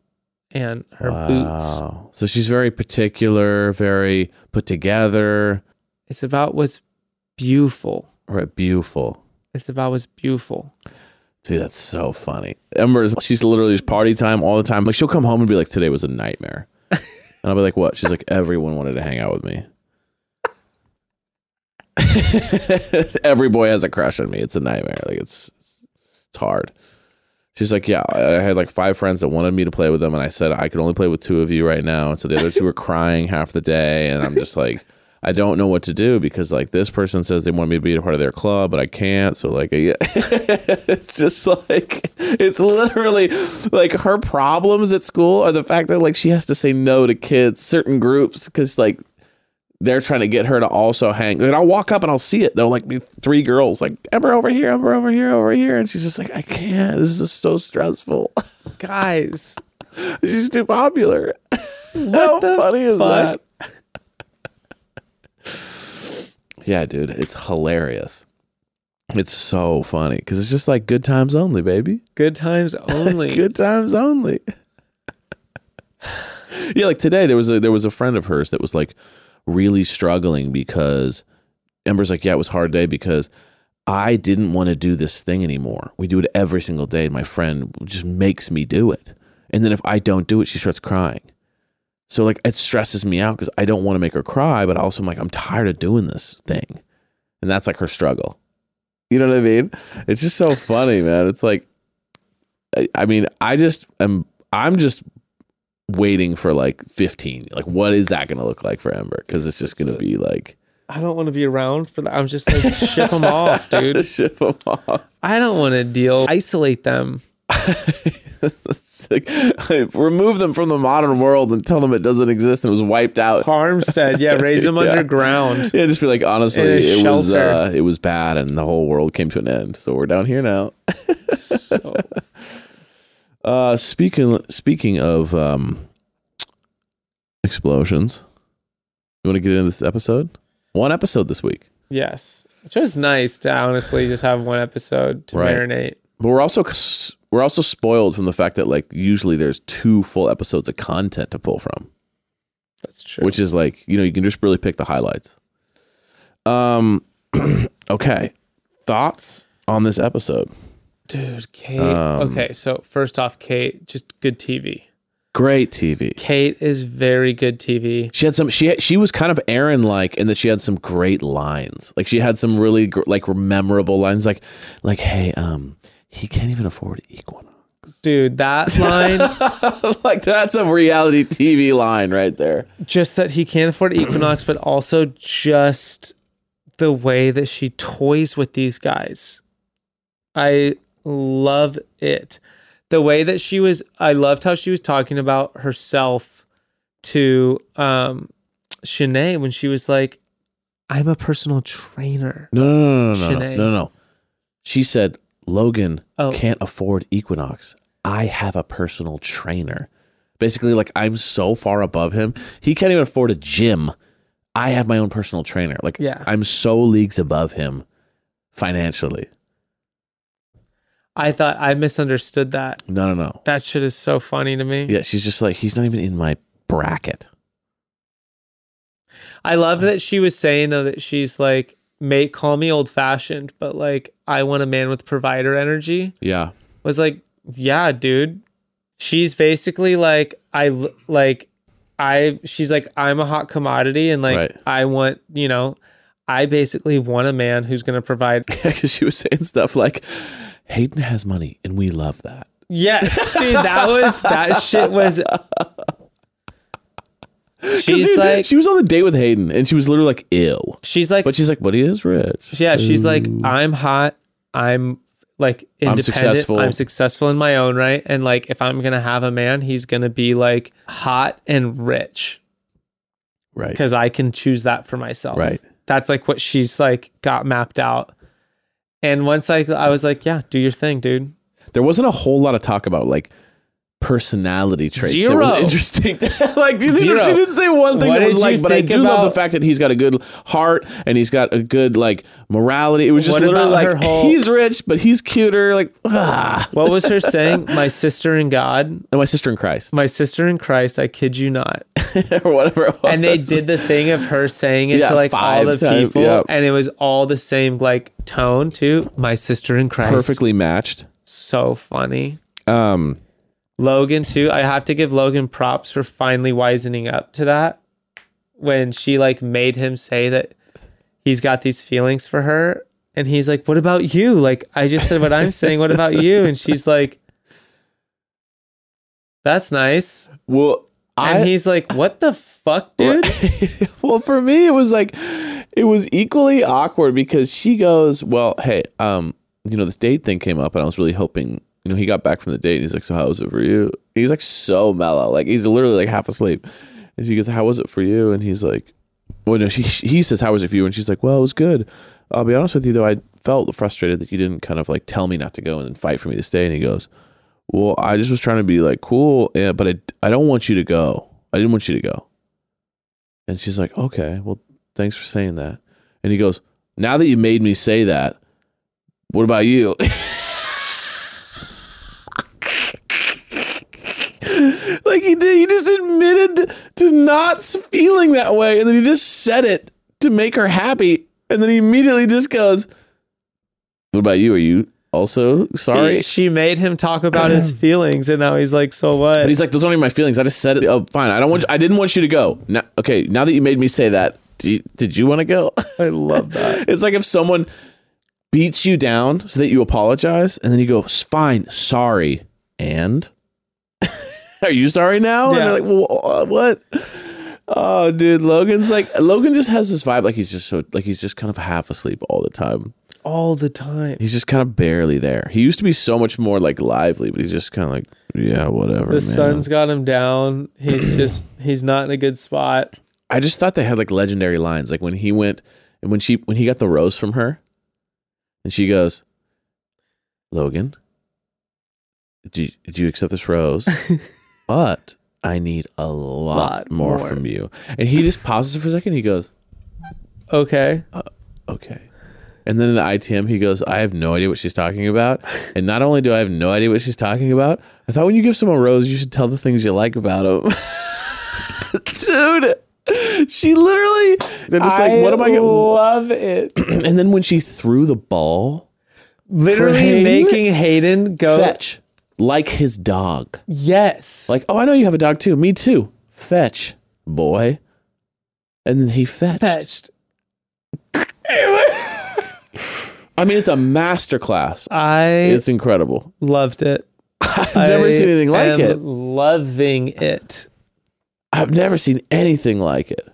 E: and her boots.
D: Wow. So she's very particular, very put together,
E: It's about what's beautiful.
D: right? Beautiful.
E: It's about what's beautiful.
D: Dude, that's so funny. Ember is she's literally just party time all the time. Like she'll come home and be like, "Today was a nightmare," and I'll be like, "What?" She's like, "Everyone wanted to hang out with me." *laughs* Every boy has a crush on me. It's a nightmare. Like it's it's hard. She's like, "Yeah, I I had like five friends that wanted me to play with them, and I said I could only play with two of you right now." And so the other two were crying half the day, and I'm just like. *laughs* I don't know what to do because like this person says they want me to be a part of their club, but I can't. So like, *laughs* yeah. it's just like it's literally like her problems at school are the fact that like she has to say no to kids, certain groups, because like they're trying to get her to also hang. And I'll walk up and I'll see it though, like be three girls, like Ember over here, Ember over here, over here, and she's just like, I can't. This is so stressful. *laughs*
E: Guys,
D: she's too popular. *laughs* How funny is that?
E: fuck?
D: Yeah, dude, it's hilarious. It's so funny because it's just like good times only, baby.
E: good times
D: *laughs*
E: only.
D: Good times only. *laughs* yeah, like today there was a there was a friend of hers that was like really struggling because Ember's like, yeah, it was a hard day because I didn't want to do this thing anymore. We do it every single day. And my friend just makes me do it, and then if I don't do it, she starts crying. So like it stresses me out because I don't want to make her cry, but also I'm like I'm tired of doing this thing, and that's like her struggle. You know what I mean? It's just so funny, man. It's like I- I mean, I just am. I'm just waiting for like 15. Like, what is that going to look like for Ember? Because it's just going to be like *laughs*
E: I don't want to be around for that. I'm just like ship them off, dude.
D: *laughs* ship them off.
E: I don't want to deal. Isolate them.
D: It's like, remove them from the modern world and tell them it doesn't exist and it was wiped out.
E: Farmstead, *laughs* yeah, raise them
D: Yeah.
E: underground.
D: Yeah, just be like, honestly,
E: In a
D: it was
E: shelter.
D: uh, it was bad, and the whole world came to an end. So we're down here now.
E: So
D: Uh, speaking speaking of um, explosions, you want to get into this episode? One episode this week.
E: yes, which was nice to honestly just have one episode to
D: Right.
E: marinate.
D: But we're also we're also spoiled from the fact that like usually there's two full episodes of content to pull from,
E: That's true.
D: which is like you know you can just really pick the highlights. Um, *clears throat* okay, thoughts on this episode?
E: dude, Kate.
D: Um,
E: okay, so first off, Kate, just good TV.
D: Great TV.
E: Kate is very good TV.
D: She had some. She she was kind of Aaron like in that she had some great lines. Like she had some really gr- like memorable lines. Like like hey um he can't even afford Equinox. *laughs*
E: Dude, that line,
D: like that's a reality TV line right there.
E: just that he can't afford Equinox, but also just the way that she toys with these guys. I love it. The way that she was, I loved how she was talking about herself to um, Shanae when she was like, I'm a personal trainer.
D: No, no, no, no, no, no,
E: Sinead.
D: no, no. She said, Logan
E: Oh.
D: can't afford Equinox. I have a personal trainer. Basically, like, I'm so far above him. He can't even afford a gym. I have my own personal trainer. Like,
E: Yeah.
D: I'm so leagues above him financially.
E: I thought I misunderstood that.
D: No, no, no.
E: That shit is so funny to me.
D: Yeah, she's just like, he's not even in my bracket.
E: I love that she was saying though that she's like, mate, call me old fashioned, but like, I want a man with provider energy.
D: *laughs* Yeah.
E: was like, "Yeah, dude." She's basically like, "I l- like, I." She's like, "I'm a hot commodity, and like,
D: Right.
E: I want you know, I basically want a man who's gonna provide." *laughs*
D: Because she was saying stuff like, Hayden has money and we love that.
E: Yes, dude, that was that shit was.
D: *laughs* 'Cause,
E: She's
D: dude,
E: like,
D: she was on the date with Hayden and she was literally like, ew.
E: she's like,
D: But she's like, but he is rich.
E: yeah, she's like,
D: Ooh.
E: I'm hot. I'm like independent. I'm
D: successful.
E: successful. in my own right, and like, if I'm gonna have a man, he's gonna be like hot and rich.
D: right.
E: because I can choose that for myself.
D: Right.
E: That's like what she's like got mapped out. And once I I was like, yeah, do your thing, dude.
D: There wasn't a whole lot of talk about like personality traits. There was
E: Zero.
D: interesting. *laughs* like you see,
E: Zero.
D: she didn't say one thing
E: What
D: that was
E: did you
D: like, but I
E: think
D: do love the
E: about-
D: fact that he's got a good heart and he's got a good like morality. It was just
E: What
D: literally
E: about
D: like
E: her whole-
D: he's rich, but he's cuter. Like ah.
E: What was
D: *laughs*
E: her saying? My sister in God,
D: and my sister in Christ
E: my sister in Christ. I kid you not.
D: *laughs* or whatever. It was.
E: And they did the thing of her saying it
D: Yeah,
E: to like all
D: five
E: the
D: time-
E: people,
D: yep.
E: and it was all the same like tone too. My sister in Christ.
D: perfectly matched.
E: so funny.
D: Um,
E: Logan too. I have to give Logan props for finally wisening up to that when she like made him say that he's got these feelings for her and he's like, "What about you?" Like, I just said what I'm saying. What about you? And she's like, "That's nice."
D: well, I
E: And he's like, "What the fuck, dude?"
D: *laughs* well, for me, it was like it was equally awkward because she goes, "Well, hey, um, you know, this date thing came up, and I was really hoping." You know, he got back from the date, and he's like, "So how was it for you?" He's like so mellow, like he's literally like half asleep. And she goes, "How was it for you?" And he's like, "Well, no." She he says, "How was it for you?" And she's like, "Well, it was good." I'll be honest with you though, I felt frustrated that you didn't kind of like tell me not to go and then fight for me to stay. And he goes, "Well, I just was trying to be like cool, yeah, but I I don't want you to go. I didn't want you to go." And she's like, okay, well, thanks for saying that. And he goes, now that you made me say that, what about you? *laughs* like he did, he just admitted to not feeling that way, and then he just said it to make her happy, and then he immediately just goes, "What about you? Are you also sorry?"
E: He- she made him talk
D: *clears throat*
E: about his feelings, and now he's like, "So what?"
D: But he's like, those aren't even my feelings. I just said it. Oh, fine. I don't want. You, I didn't want you to go. Now, okay. Now that you made me say that, do you, did you want to go?
E: I love
D: *laughs*
E: that.
D: it's like if someone beats you down so that you apologize, and then you go, "S- "Fine, sorry." And *laughs* are you sorry now?
E: Yeah.
D: And they're like, "Wha- uh, "What?" Oh, dude, Logan's like Logan just has this vibe like he's just so like he's just kind of half asleep all the time.
E: All the time.
D: He's just kind of barely there. He used to be so much more like lively, but he's just kind of like, yeah, whatever.
E: The
D: man.
E: sun's got him down.
D: *clears throat*
E: He's just he's not in a good spot.
D: I just thought they had like legendary lines. Like when he went and when she when he got the rose from her, and she goes, Logan, do you, do you accept this rose? but I need a lot,
E: Lot
D: more,
E: more.
D: from you. And he just pauses for a second. He goes,
E: Okay.
D: okay. And then in the ITM, he goes, I have no idea what she's talking about. And not only do I have no idea what she's talking about, I thought when you give someone a rose, you should tell the things you like about them. *laughs* Dude, she literally, they're just like, what am I going
E: love it.
D: *clears throat* And then when she threw the ball,
E: Literally
D: Hayden?
E: making Hayden go
D: fetch, like his dog.
E: Yes.
D: Like, oh, I know you have a dog too. Me too. Fetch, boy. And then he fetched.
E: fetched.
D: I mean, it's a masterclass.
E: I
D: It's incredible. *laughs*
E: loved it.
D: I've never seen anything like it.
E: Loving it.
D: I've never seen anything like it.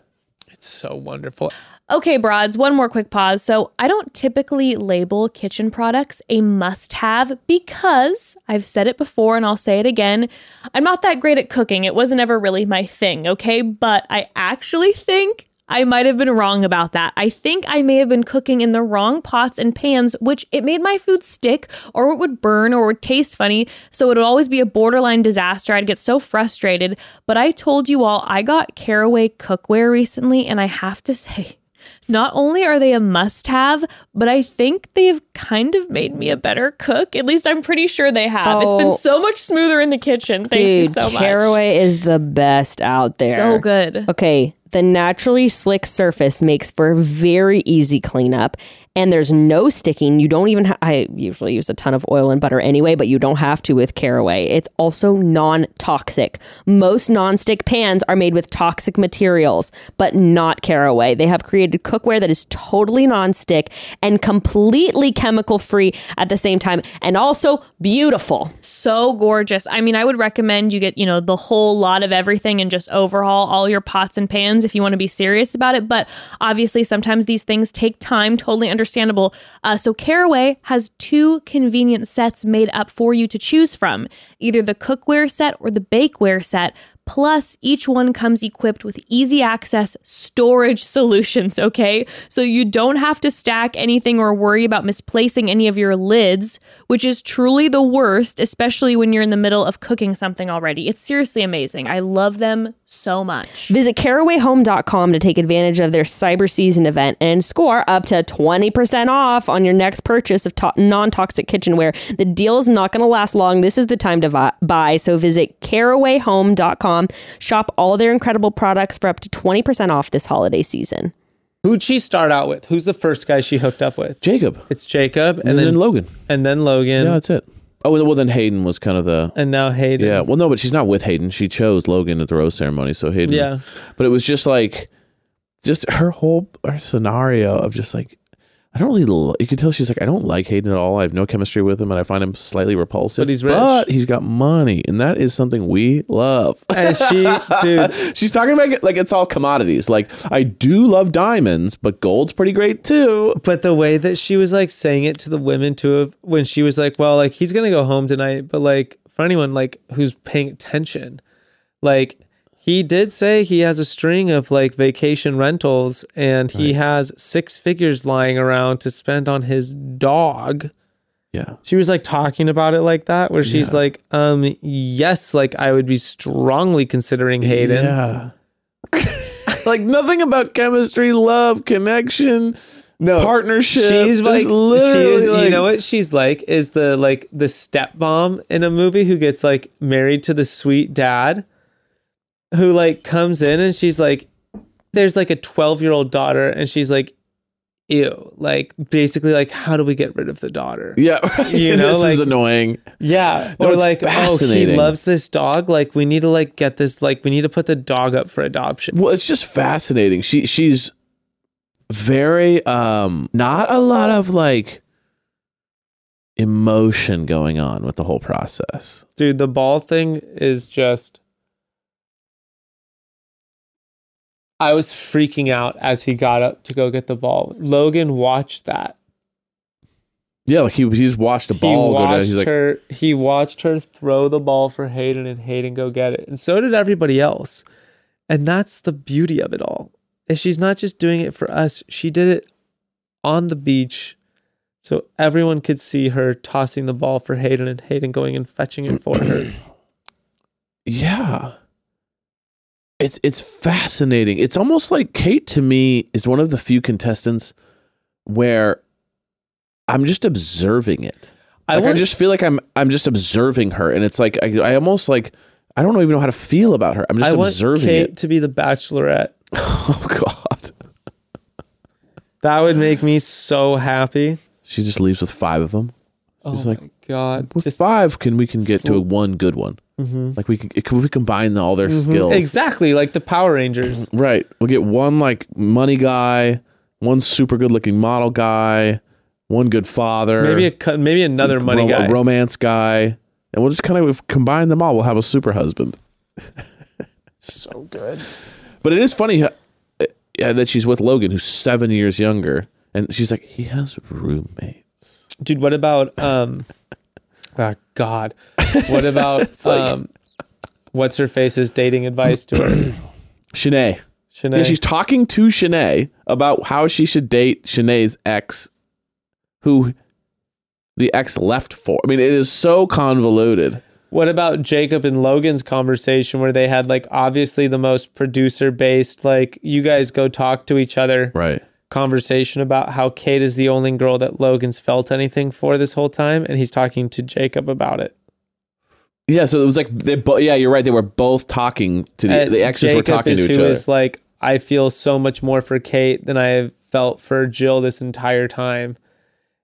E: It's so wonderful.
B: Okay, broads, one more quick pause. So, I don't typically label kitchen products a must have because I've said it before and I'll say it again. I'm not that great at cooking. It wasn't ever really my thing, okay? But I actually think I might have been wrong about that. I think I may have been cooking in the wrong pots and pans, which it made my food stick or it would burn or would taste funny. So it would always be a borderline disaster. I'd get so frustrated. But I told you all, I got caraway cookware recently, and I have to *laughs* say, not only are they a must have, but I think they've kind of made me a better cook. At least I'm pretty sure they have. It's
A: Oh.
B: been so much smoother in the kitchen. Thank you
A: Dude,
B: so much.
A: caraway is the best out there.
B: So good.
A: Okay, the naturally slick surface makes for very easy cleanup, and there's no sticking. You don't even. Ha- I usually use a ton of oil and butter anyway, but you don't have to with caraway. It's also non-toxic. Most non-stick pans are made with toxic materials, but not caraway. They have created cookware that is totally non-stick and completely chemical-free at the same time, and also beautiful.
B: so gorgeous. I mean, I would recommend you get, you know, the whole lot of everything and just overhaul all your pots and pans if you want to be serious about it. But obviously, sometimes these things take time, totally understandable. Uh, so, Caraway has two convenient sets made up for you to choose from either the cookware set or the bakeware set. Plus, each one comes equipped with easy access storage *laughs* solutions, okay? So you don't have to stack anything or worry about misplacing any of your lids, which is truly the worst, especially when you're in the middle of cooking something already. It's seriously amazing. I love them so much.
A: Visit carawayhome.com to take advantage of their cyber season event and score up to 20% off on your next purchase of to- non toxic kitchenware. The deal is not going to last long. This is the time to vi- buy. So visit carawayhome.com. Shop all their incredible products for up to 20% off this holiday season.
E: Who'd she start out with? Who's the first guy she hooked up with?
D: Jacob.
E: It's Jacob and,
D: and,
E: then,
D: then, Logan.
E: and then Logan.
D: Yeah, that's it. Oh well, then Hayden was kind of the
E: and now Hayden.
D: yeah. Well, no, but she's not with Hayden. She chose Logan at the rose ceremony, so Hayden.
E: Yeah.
D: but it was just like, just her whole her scenario of just like, I don't really. li- You could tell she's like, I don't like Hayden at all. I have no chemistry with him, and I find him slightly repulsive.
E: But he's rich.
D: But he's got money, and that is something we love. *laughs*
E: And she, dude,
D: She's talking about it like it's all commodities. Like I do love diamonds, but gold's pretty great too.
E: but the way that she was like saying it to the women too, when she was like, "Well, like he's gonna go home tonight," but like for anyone like who's paying attention, like he did say he has a string of like vacation rentals and he has six figures lying around to spend on his dog.
D: Yeah.
E: She was like talking about it like that, where she's like, "Um, yes, like I would be strongly considering Hayden."
D: Yeah. *laughs* like nothing about chemistry, love, connection,
E: No,
D: partnership.
E: She's
D: just
E: like,
D: literally
E: she is,
D: like-
E: you know what she's like is the like the stepmom in a movie who gets like married to the sweet dad, who like comes in and she's like, there's like a twelve year old daughter and she's like, ew, like basically like how do we get rid of the daughter?
D: Yeah. *laughs* right.
E: You know,
D: this is
E: like-
D: annoying.
E: Yeah,
D: No,
E: or
D: it's
E: like oh he
D: fascinating.
E: loves this dog, like we need to like get this like we need to put the dog up for adoption.
D: Well, it's just fascinating. She she's very um not a lot of like emotion going on with the whole process.
E: Dude, the ball thing is just. I was freaking out as he got up to go get the ball. Logan watched that.
D: Yeah, like he he's watched a ball
E: he
D: go
E: watched
D: down. He's like,
E: her. He watched her throw the ball for Hayden, and Hayden go get it, and so did everybody else. And that's the beauty of it all. Is she's not just doing it for us. She did it on the beach, so everyone could see her tossing the ball for Hayden, and Hayden going and fetching it for
D: *clears throat*
E: her.
D: Yeah. It's it's fascinating. It's almost like Kate to me is one of the few contestants where I'm just observing it.
E: I
D: Like, I,
E: want-
D: just feel like I'm I'm just observing her and it's like I, I almost like I don't even know how to feel about her. I'm just
E: I want
D: observing
E: Kate
D: it. *laughs*
E: to be the Bachelorette.
D: Oh god.
E: That would make me so happy.
D: She just leaves with 5 of them.
E: Oh
D: like,
E: my god!
D: With
E: Just-
D: 5 can we can get to
E: Sl-
D: a one good one.
E: Mhm.
D: Like we can if we combine all their
E: Mm-hmm.
D: skills.
E: exactly like the Power Rangers.
D: Right. We'll get one like money guy, one super good looking model guy, one good father,
E: Maybe a co- maybe another money
D: ro-
E: guy.
D: a romance guy, and we'll just kind of combine them all. We'll have a super husband.
E: *laughs* so good.
D: But it is funny uh, uh, that she's with Logan, who's seven years younger, and she's like, he has roommates.
E: Dude, what
D: *laughs*
E: about um ah, God. *laughs* What about um what's her face's dating advice
D: *clears throat*
E: to her? *clears throat*
D: Shanae.
E: Shanae.
D: Yeah, she's talking to Shanae about how she should date Shanae's ex, who the ex left for. I mean, it is so convoluted.
E: what about Jacob and Logan's conversation where they had like obviously the most producer based like you guys go talk to each other
D: Right.
E: conversation about how Kate is the only girl that Logan's felt anything for this whole time and he's talking to Jacob about it.
D: Yeah, so it was like they both. Yeah, you're right. They were both talking to the,
E: And
D: the exes were
E: Uh, Jacob
D: talking
E: is
D: to each
E: who
D: other.
E: is like, I feel so much more for Kate than I have felt for Jill this entire time.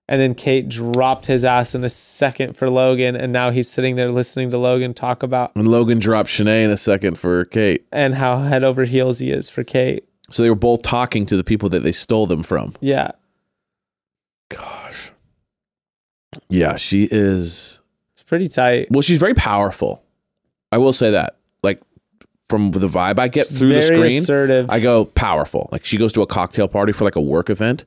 E: And then Kate dropped his ass in a second for Logan, and now he's sitting there listening to Logan talk about
D: and Logan dropped Shanae in a second for Kate.
E: and how head over heels he is for Kate.
D: So they were both talking to the people that they stole them from.
E: Yeah.
D: Gosh. Yeah, she is.
E: It's pretty tight.
D: Well, she's very powerful. I will say that. Like from the vibe I get through
E: Very
D: the screen,
E: assertive.
D: I go powerful. Like she goes to a cocktail party for like a work event.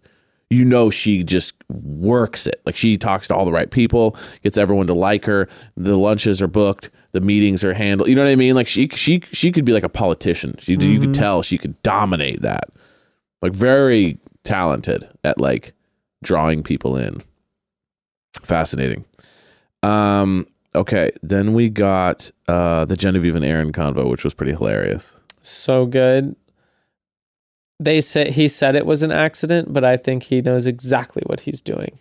D: You know she just works it. Like she talks to all the right people, gets everyone to like her. The lunches are booked, the meetings are handled. You know what I mean? Like she she she could be like a politician. She you could tell she could dominate that. Like very talented at like drawing people in. Fascinating. Um okay, then we got uh the Genevieve and Aaron convo, which was pretty hilarious.
E: so good. They said he said it was an accident, but I think he knows exactly what he's doing.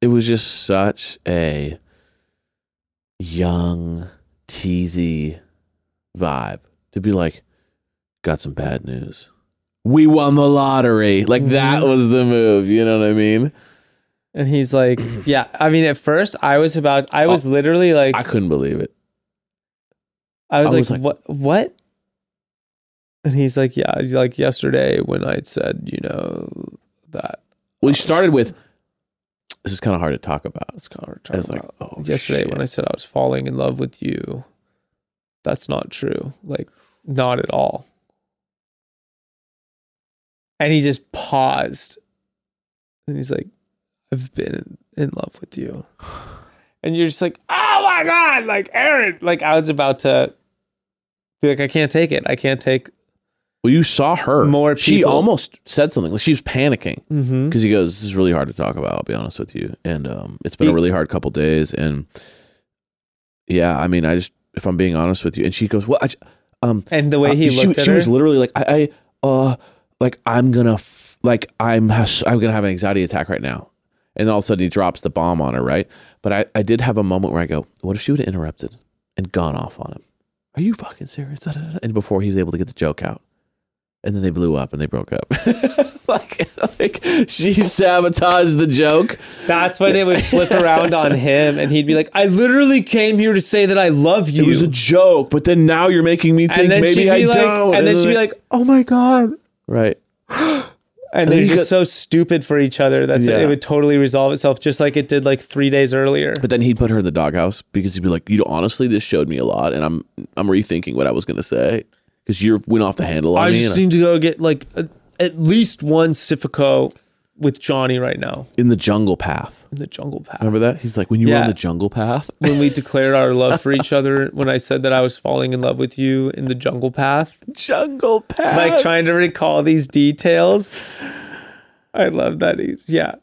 D: it was just such a young, teasy vibe to be like, got some bad
E: Mm-hmm.
D: news. We won the lottery. Like that was the move. You know what I mean?
E: And
D: *clears throat*
E: he's like, yeah. I mean, at first, I was about, I was literally like,
D: Oh, I couldn't believe it.
E: I was,
D: I
E: like,
D: was like-
E: what? What? And he's like, yeah. He's like, yesterday when I said, you know, that
D: Well, you started with this is kind of hard to talk about.
E: that's kind of hard
D: I
E: to talk
D: was like,
E: about.
D: oh,
E: yesterday when I said I was falling in love with you, that's not true. Like, not at all. And he just paused. And he's like, I've been in, in love with you. And you're just like, oh my God, like Aaron. Like, I was about to be like, I can't take it. I can't take.
D: well, you saw her.
E: More
D: She
E: people-
D: almost said something. Like she was panicking
E: Mm-hmm.
D: because he goes, "This is really hard to talk about." I'll be honest with you, and um, it's been a
E: He-
D: really hard couple days. And yeah, I mean, I just if I'm being honest with you, and she goes, "Well, I, j- um,
E: And the way he
D: Uh, she,
E: looked at
D: she
E: her.
D: was literally like I, I uh like i'm gonna f- like i'm has- i'm gonna have an anxiety attack right now and then all of a sudden he drops the bomb on her right but i i did have a moment where i go what if she would have interrupted and gone off on him are you fucking serious Da, da, da, da. and before he was able to get the joke out and then they blew up and they broke up *laughs* like like she sabotaged the joke
E: That's when
D: *laughs*
E: it would flip around on him, and he'd be like, "I literally came here to say that I love you."
D: it was a joke but then now you're making me think
E: and then she'd
D: maybe
E: be
D: i
E: like,
D: don't
E: and then she'd be like, "Oh my god!"
D: right
E: And
D: then
E: they're
D: you
E: just so stupid for each other. That's
D: Yeah.
E: it would totally resolve itself, just like it did like three days earlier.
D: But then he'd put her in the doghouse because he'd be like, "You know, honestly, this showed me a lot, and I'm I'm rethinking what I was gonna say because you went off the handle on
E: I
D: me."
E: just
D: and
E: need to go get like a, at least one Sifico with Johnny right now
D: I- in the jungle path,
E: in the jungle path.
D: remember that? He's like, "When you were
E: Yeah.
D: on the jungle path, *laughs*
E: When we declared our love for each other, when I said that I was falling in love with you in the jungle path,
D: jungle path." *laughs*
E: like trying to recall these details. I love that. He's, yeah.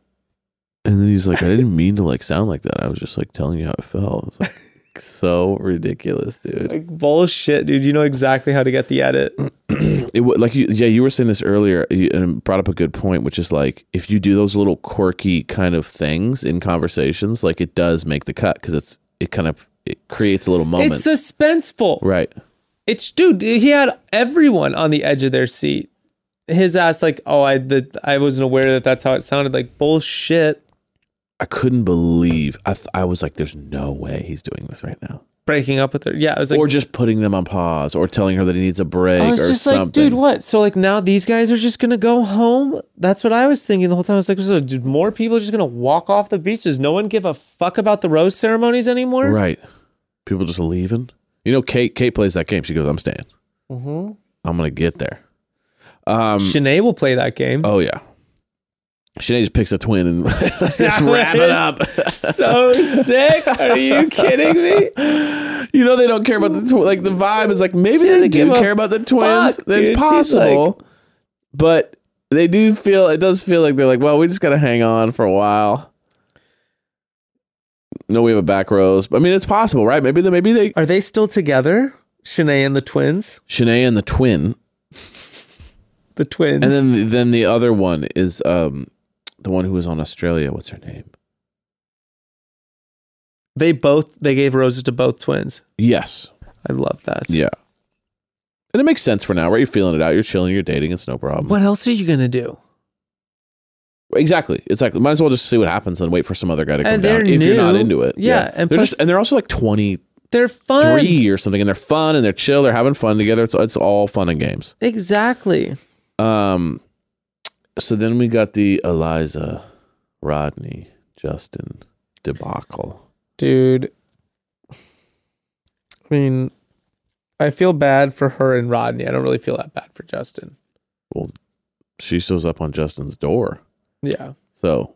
D: and then he's like, "I didn't mean to like sound like that. I was just like telling you how it felt." It's like *laughs* so ridiculous, *clears throat* dude.
E: Like bullshit, dude. You know exactly how to get the edit.
D: It wa- like you, yeah, you were saying this earlier you- and it brought up a good point, which is like if you do those little quirky kind of things in conversations, like it does make the cut because it's it kind of it creates a little moment.
E: It's suspenseful.
D: Right.
E: It's dude, he had everyone on the edge of their seat. His ass like, "Oh, I the, I wasn't aware that that's how it sounded." Like bullshit.
D: I couldn't believe. I, th- I was like, there's no way he's doing this right now.
E: Breaking up with her. Yeah, I was like,
D: or just putting them on pause or telling her that he needs a break
E: I was
D: or
E: just like,
D: something.
E: dude, what? So like now these guys are just gonna go home. That's what I was thinking the whole time. I was like, so dude, more people are just gonna walk off the beach. Does no one give a fuck about the rose ceremonies anymore?
D: Right. People just leaving. You know, Kate Kate plays that game. She goes, I'm staying.
E: Mm-hmm.
D: I'm going to get there. Um,
E: Shanae will play that game.
D: oh, yeah. Shanae just picks a twin and *laughs*
E: *laughs*
D: just wrap it
E: was-
D: up.
E: so sick.
D: *laughs*
E: Are you kidding me?
D: you know, they don't care about the tw- like the vibe is like maybe
E: She
D: they
E: doesn't
D: do
E: give a
D: care about the twins.
E: fuck,
D: That's
E: dude. She's
D: possible, but they do feel it does feel like they're like, well, we just gotta hang on for a while. No, we have a back rows. I mean, it's possible, right? Maybe they, maybe they
E: Are they still together? Shanae and the twins?
D: Shanae and the twin,
E: The
D: and
E: twins.
D: then then the other one is um the one who was on Australia. What's her name?
E: they both they gave roses to both twins.
D: Yes,
E: I love that.
D: yeah. And it makes sense for now, right? You're feeling it out. You're chilling. You're dating. It's no problem.
E: What else are you gonna do?
D: Exactly. Exactly. Might as well just see what happens and wait for some other guy to come
E: And
D: down
E: they're
D: if you're not
E: new.
D: into it.
E: Yeah, and
D: they're
E: plus-
D: just, and they're also like twenty
E: They're fun.
D: three or something, and they're fun and they're chill. They're having fun together. It's it's all fun and games.
E: Exactly.
D: Um, so then we got the Eliza, Rodney, Justin debacle.
E: Dude. I mean, I feel bad for her and Rodney. I don't really feel that bad for Justin.
D: She shows up on Justin's door,
E: Yeah.
D: so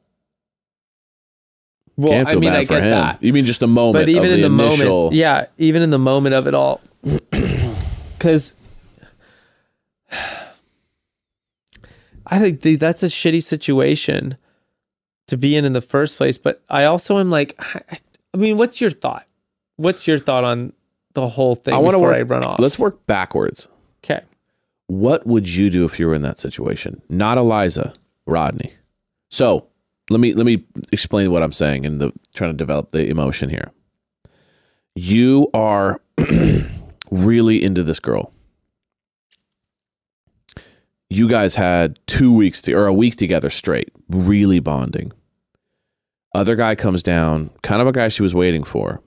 E: Well,
D: can't feel bad for him. You mean just a moment?
E: But even
D: of
E: in the
D: initial,
E: moment, yeah, even in the moment of it all, *clears throat* because *sighs* I think th- that's a shitty situation to be in in the first place. But I also am like, I, I mean, what's your thought? What's your thought on the whole thing
D: I want to
E: before
D: work.
E: I run off?
D: Let's work backwards.
E: okay.
D: what would you do if you were in that situation? Not Eliza, Rodney. So let me let me explain what I'm saying and the trying to develop the emotion here. You are *clears throat* really into this girl. You guys had two weeks to, or a week together straight, really bonding. Other guy comes down, kind of a guy she was waiting for.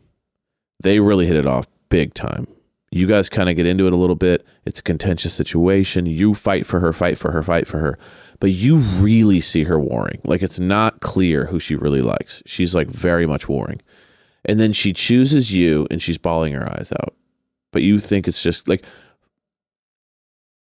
D: They really hit it off big time. You guys kind of get into it a little bit. It's a contentious situation. You fight for her, fight for her, fight for her. But you really see her warring. Like it's not clear who she really likes. She's like very much warring. And then she chooses you and she's bawling her eyes out. But you think it's just like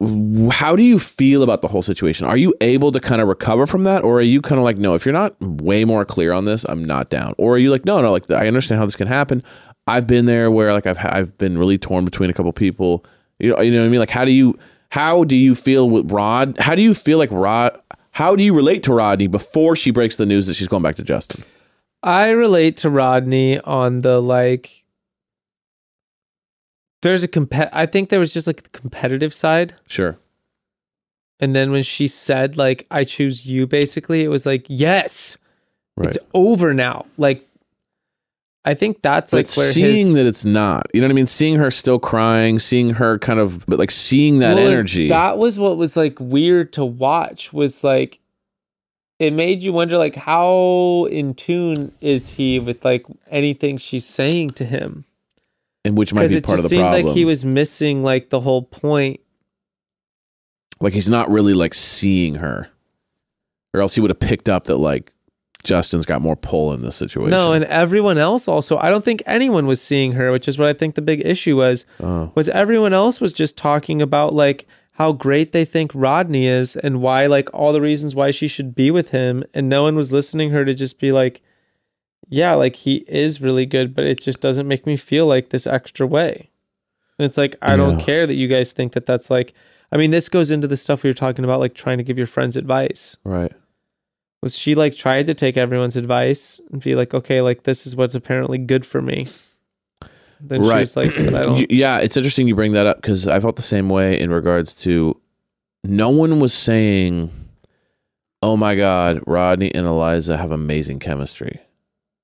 D: w- how do you feel about the whole situation? Are you able to kind of recover from that, or are you kind of like, no, if you're not way more clear on this, I'm not down? Or are you like, no, no, like I understand how this can happen. I've been there where like I've ha- I've been really torn between a couple people. You know, you know what I mean? Like, how do you how do you feel with Rod? How do you feel like Rod? How do you relate to Rodney before she breaks the news that she's going back to Justin?
E: I relate to Rodney on the like. There's a compet. I think there was just like the competitive side,
D: Sure.
E: and then when she said like I choose you, basically it was like yes,
D: Right.
E: it's over now. Like, I think that's like
D: but
E: where
D: seeing
E: his,
D: that it's not, you know what I mean? Seeing her still crying, seeing her kind of, but like seeing that
E: Well,
D: energy.
E: That was what was like weird to watch. Was like it made you wonder like how in tune is he with like anything she's saying to him.
D: and which might
E: because
D: be
E: it
D: part of
E: just
D: the
E: seemed
D: problem.
E: like he was missing like the whole point.
D: like he's not really like seeing her, or else he would have picked up that like Justin's got more pull in this situation.
E: No, and everyone else also. I don't think anyone was seeing her, which is what I think the big issue was.
D: oh,
E: Was everyone else was just talking about like how great they think Rodney is and why like all the reasons why she should be with him, and no one was listening her to just be like, yeah, like he is really good, but it just doesn't make me feel like this extra way. And it's like I don't
D: Yeah.
E: care that you guys think that that's like. I mean, this goes into the stuff we were talking about, like trying to give your friends advice.
D: right.
E: was she like tried to take everyone's advice and be like, okay, like this is what's apparently good for me. Then she
D: Right.
E: was like,
D: *clears throat*
E: but I
D: Y-
E: don't.
D: yeah, it's interesting you bring that up because I felt the same way in regards to no one was saying, "Oh my God, Rodney and Eliza have amazing chemistry."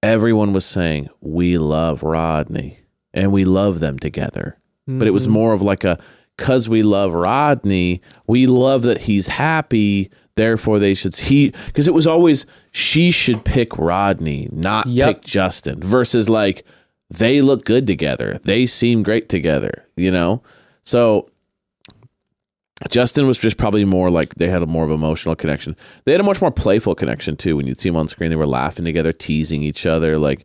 D: Everyone was saying, "We love Rodney and we love them together." But it was
E: Mhm.
D: more of like a because we love Rodney, we love that he's happy. Therefore, they should he because it was always she should pick Rodney, not
E: Yep.
D: pick Justin. Versus like they look good together. They seem great together, you know? So Justin was just probably more like they had a more of emotional connection. They had a much more playful connection too. When you'd see them on screen, they were laughing together, teasing each other, like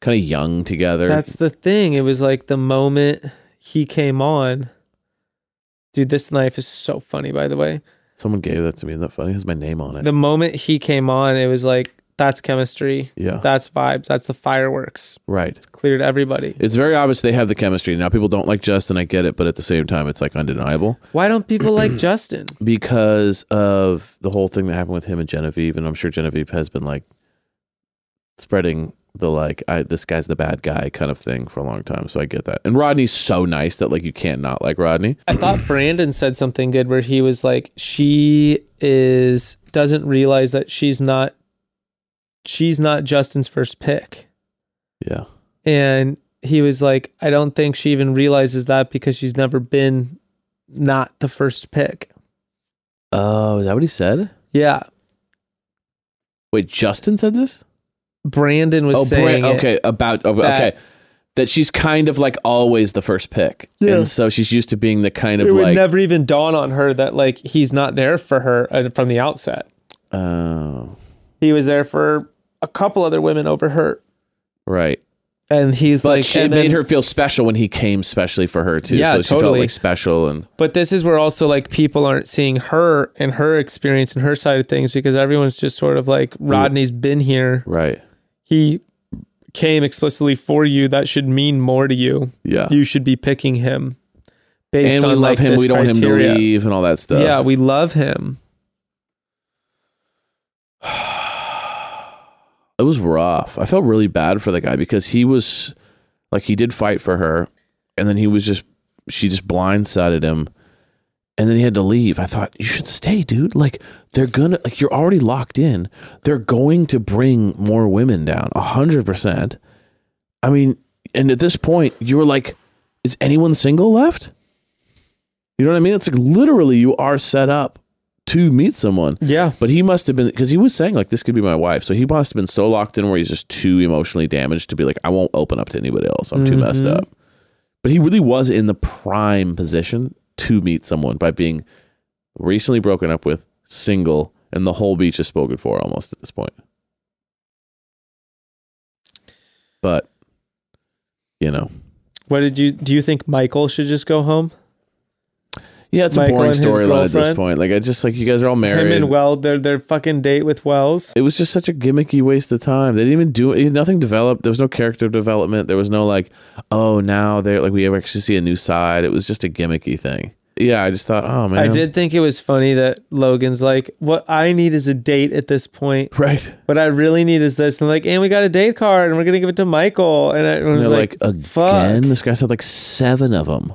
D: kind of young together.
E: That's the thing. It was like the moment he came on. Dude, this knife is so funny, by the way.
D: Someone gave that to me. Isn't that funny? It has my name on it.
E: The moment he came on, it was like, that's chemistry.
D: yeah.
E: That's vibes. That's the fireworks.
D: right.
E: It's clear to everybody.
D: It's very obvious they have the chemistry. Now people don't like Justin, I get it, but at the same time it's like undeniable.
E: Why don't people like Justin?
D: because of the whole thing that happened with him and Genevieve, and I'm sure Genevieve has been like spreading the like I, this guy's the bad guy kind of thing for a long time. So I get that. And Rodney's so nice that like you can't not like Rodney.
E: I thought Brandon said something good where he was like, she is doesn't realize that she's not she's not Justin's first pick.
D: Yeah,
E: And he was like, I don't think she even realizes that because she's never been not the first pick.
D: Oh, is that what he said?
E: Yeah.
D: Wait, Justin said this?
E: Brandon was
D: oh, Bra-
E: saying it.
D: okay, about okay.
E: That-
D: okay. That she's kind of like always the first pick,
E: Yeah.
D: and so she's used to being the kind of
E: It would
D: like.
E: never even dawn on her that like he's not there for her uh, from the outset.
D: oh,
E: He was there for a couple other women over her.
D: right.
E: And he's
D: But
E: like
D: she
E: and
D: made
E: then-
D: her feel special when he came, specially for her too.
E: Yeah,
D: so she felt
E: totally.
D: like special and.
E: But this is where also like people aren't seeing her and her experience and her side of things because everyone's just sort of like
D: Mm.
E: Rodney's been here.
D: Right.
E: He came explicitly for you. That should mean more to you.
D: Yeah.
E: You should be picking him based
D: and we
E: on
D: love
E: like,
D: him.
E: this
D: We don't want him
E: criteria.
D: to leave and all that stuff.
E: Yeah, we love him.
D: it was rough. I felt really bad for the guy because he was like he did fight for her, and then he was just she just blindsided him, and then he had to leave. I thought you should stay, dude. Like they're gonna like you're already locked in. They're going to bring more women down a hundred percent. I mean, and at this point, you were like, is anyone single left? You know what I mean? It's like literally you are set up to meet someone.
E: Yeah.
D: But he must have been because he was saying like this could be my wife. So he must have been so locked in where he's just too emotionally damaged to be like I won't open up to anybody else. I'm too messed
E: Mm-hmm.
D: up. But he really was in the prime position to meet someone by being recently broken up with, single, and the whole beach is spoken for almost at this point. But you know,
E: What did you do? You think Michael should just go home?
D: yeah, it's
E: Michael
D: a boring
E: and his
D: storyline at this
E: girlfriend.
D: point. Like I just like you guys are all married.
E: Him and Weld, their their fucking date with Wells.
D: it was just such a gimmicky waste of time. They didn't even do it. Nothing developed. There was no character development. There was no like, oh, now they're like we ever actually see a new side. It was just a gimmicky thing. Yeah, I just thought, oh man,
E: I did think it was funny that Logan's like, what I need is a date at this point.
D: *laughs* right.
E: What I really need is this. And like, and we got a date card and we're gonna give it to Michael. And I
D: And
E: was
D: they're
E: like,
D: like, again,
E: fuck.
D: this guy's had like seven of them.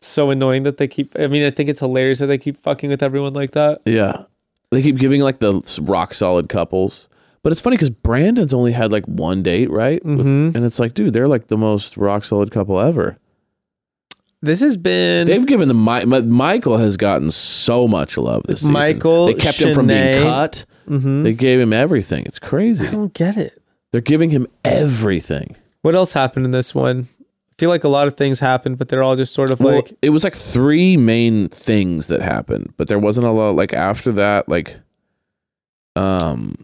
E: So annoying that they keep I mean, I think it's hilarious that they keep fucking with everyone like that.
D: Yeah, they keep giving like the rock solid couples, but it's funny because Brandon's only had like one date, right? With-
E: Mhm.
D: and it's like, dude, they're like the most rock solid couple ever.
E: This has been
D: They've given the Mi- Mi- Michael has gotten so much love this season.
E: Michael,
D: they kept him from being
E: Shanae.
D: cut.
E: Mhm.
D: They gave him everything. It's
E: I
D: crazy.
E: don't get it.
D: They're giving him everything.
E: What else happened in this one? I feel like a lot of things happened, but they're all just sort of
D: Well,
E: like
D: it was like three main things that happened, but there wasn't a lot. Like after that, like, um,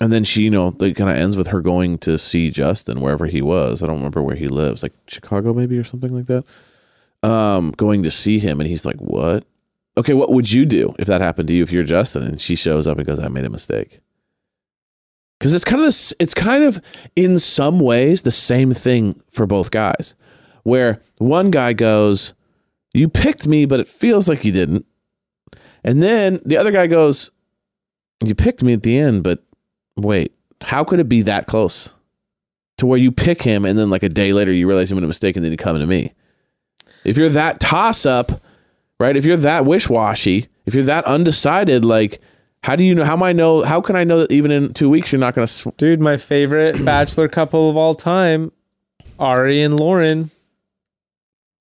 D: and then she, you know, like kind of ends with her going to see Justin wherever he was. I don't remember where he lives, like Chicago maybe or something like that. Um, going to see him, and he's like, "What? Okay, what would you do if that happened to you if you're Justin?" And she shows up and goes, "I made a mistake." Because it's kind of this, it's kind of in some ways the same thing for both guys where one guy goes, You picked me, but it feels like you didn't. And then the other guy goes, You picked me at the end, but wait, how could it be that close? To where you pick him and then like a day later you realize you made a mistake and then you come to me. If you're that toss up, right? If you're that wish washy, if you're that undecided, like how do you know? How am I know? How can I know that even in two weeks you're not going to?
E: Dude, my *clears throat* favorite bachelor couple of all time, Ari and Lauren.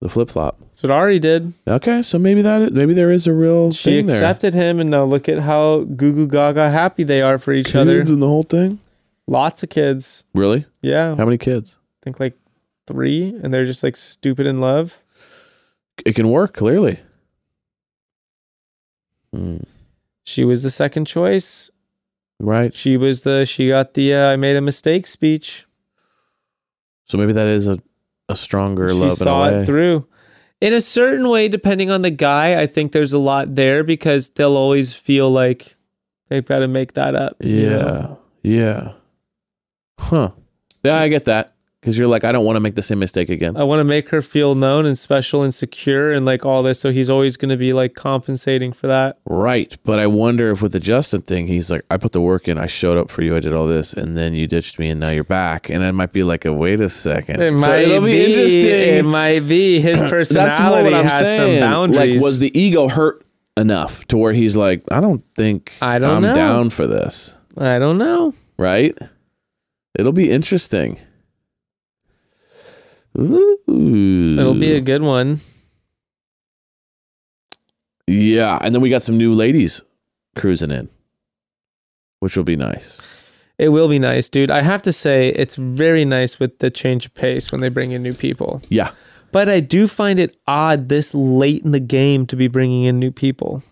D: The flip flop.
E: That's what Ari did.
D: Okay, so maybe that maybe there is a real
E: She
D: thing there.
E: accepted him, and now look at how goo goo gaga happy they are for each other.
D: Kids and the whole thing.
E: Lots of kids.
D: Really?
E: Yeah, I
D: How many kids?
E: think like three, and they're just like stupid in love.
D: It can work, clearly. Hmm.
E: She was the second choice.
D: Right.
E: She was the she got the uh, I made a mistake speech.
D: So maybe that is a, a stronger
E: she
D: love
E: saw
D: in a way.
E: it through. In a certain way, depending on the guy, I think there's a lot there because they'll always feel like they've got to make that up. you
D: yeah.
E: know?
D: Yeah. Huh. Yeah, I get that. Because you're like, I don't want to make the same mistake again.
E: I want to make her feel known and special and secure and like all this. So he's always going to be like compensating for that.
D: Right. But I wonder if with the Justin thing, he's like, I put the work in, I showed up for you, I did all this, and then you ditched me, and now you're back. And I might be like, a, wait a second. So it'll be, interesting.
E: It might be *laughs* his personality
D: *clears throat* That's more what I'm
E: has
D: saying.
E: some boundaries.
D: Like, was the ego hurt enough to where he's like, I don't think
E: I don't
D: I'm
E: know.
D: down for this,
E: I don't know.
D: right? It'll be interesting. Ooh.
E: It'll be a good one.
D: yeah, and then we got some new ladies cruising in, which will be nice.
E: It will be nice, dude. I have to say, it's very nice with the change of pace when they bring in new people.
D: Yeah,
E: But I do find it odd this late in the game to be bringing in new people.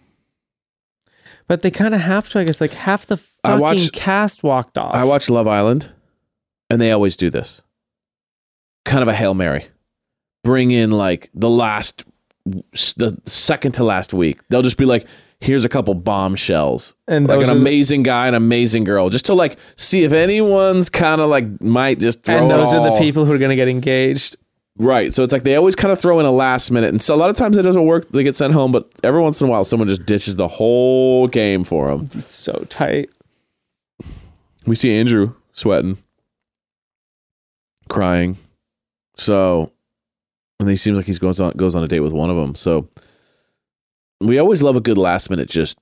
E: But they kind of have to, I guess. Like half the
D: I
E: fucking
D: watched-
E: cast walked off.
D: I watch Love Island, and they always do this. Kind of a hail mary, bring in like the last, the second to last week. They'll just be like, "Here's a couple bombshells,"
E: and
D: like an
E: those are the-
D: amazing guy, an amazing girl, just to like see if anyone's kind of like might just throw.
E: and
D: it
E: those are the
D: all.
E: people who are going to get engaged.
D: right? So it's like they always kind of throw in a last minute, and so a lot of times it doesn't work. They get sent home, but every once in a while, someone just ditches the whole game for them.
E: So tight.
D: We see Andrew sweating, crying. So, and he seems like he's goes on goes on a date with one of them. So, we always love a good last minute just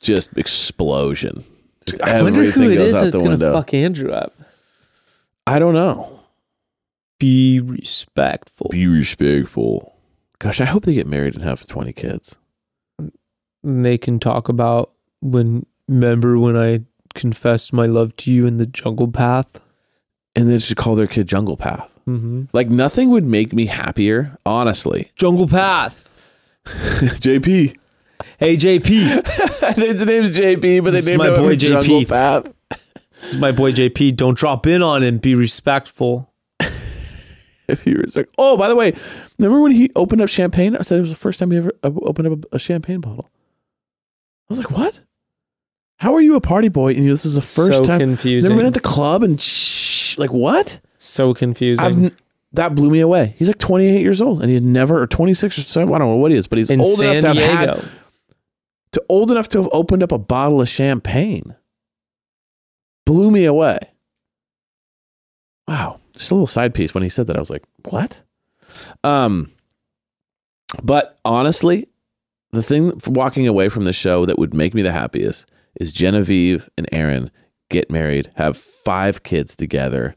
D: just explosion. Just
E: I wonder who
D: everything
E: it
D: goes
E: is
D: out
E: that's
D: the
E: going to
D: window.
E: fuck Andrew up.
D: I don't know.
E: Be respectful.
D: Be respectful. Gosh, I hope they get married and have twenty kids.
E: And they can talk about when remember when I confessed my love to you in the jungle path.
D: And they should call their kid Jungle Path.
E: Mm-hmm.
D: Like nothing would make me happier, honestly. *laughs*
E: Jungle path.
D: JP.
E: Hey JP,
D: *laughs* His name's JP, but they
E: This is
D: named
E: my
D: him
E: boy
D: after
E: JP.
D: Jungle Path.
E: this is my boy JP. Don't drop in on him. Be respectful.
D: *laughs* If you respect. Oh, by the way, remember when he opened up champagne? I said it was the first time he ever op- opened up a a champagne bottle. I was like, what? How are you a party boy? And you- this is the first
E: so
D: time.
E: confusing.
D: Never been at the club and shh, like what?
E: so confusing.
D: I've, n- that blew me away. He's like 28 years old, and he had never or 26 or something. I don't know what he is, but he's
E: in
D: old
E: San
D: enough to have had-
E: Diego.
D: to old enough to have opened up a bottle of champagne. Blew me away. Wow. Just a little side piece when he said that. I was like, what? Um, but honestly, the thing from walking away from the show that would make me the happiest is Genevieve and Aaron get married, have five kids together,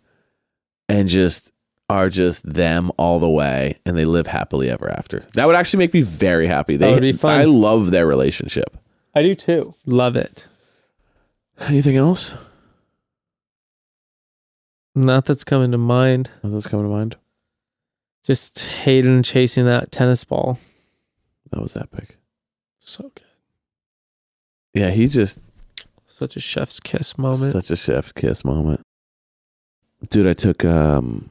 D: and just are just them all the way and they live happily ever after. That would actually make me very happy. They
E: would be fun.
D: I love their relationship.
E: I do too. Love it.
D: Anything else
E: Not that's coming to mind.
D: that's coming to mind?
E: Just Hayden chasing that tennis ball.
D: That was epic.
E: So good.
D: Yeah, he just
E: Such a chef's kiss moment.
D: such a chef's kiss moment. Dude, I took um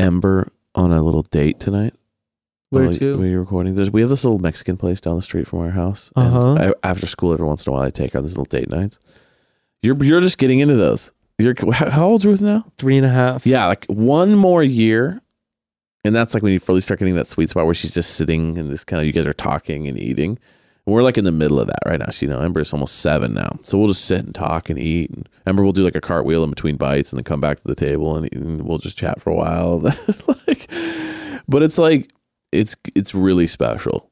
D: Ember on a little date tonight.
E: Where
D: while
E: to?
D: We were recording. There's, we have this little Mexican place down the street from our house. and
E: Uh-huh.
D: I, after school, every once in a while, I take her on these little date nights. You're you're just getting into those. You're how, how old's Ruth now?
E: Three and a half.
D: Yeah, like one more year, and that's like when you really start getting that sweet spot where she's just sitting and this kind of you guys are talking and eating. And we're like in the middle of that right now. She, you know, Ember's almost seven now, so we'll just sit and talk and eat. And Ember will do like a cartwheel in between bites, and then come back to the table and, and we'll just chat for a while. *laughs* like, but it's like it's it's really special.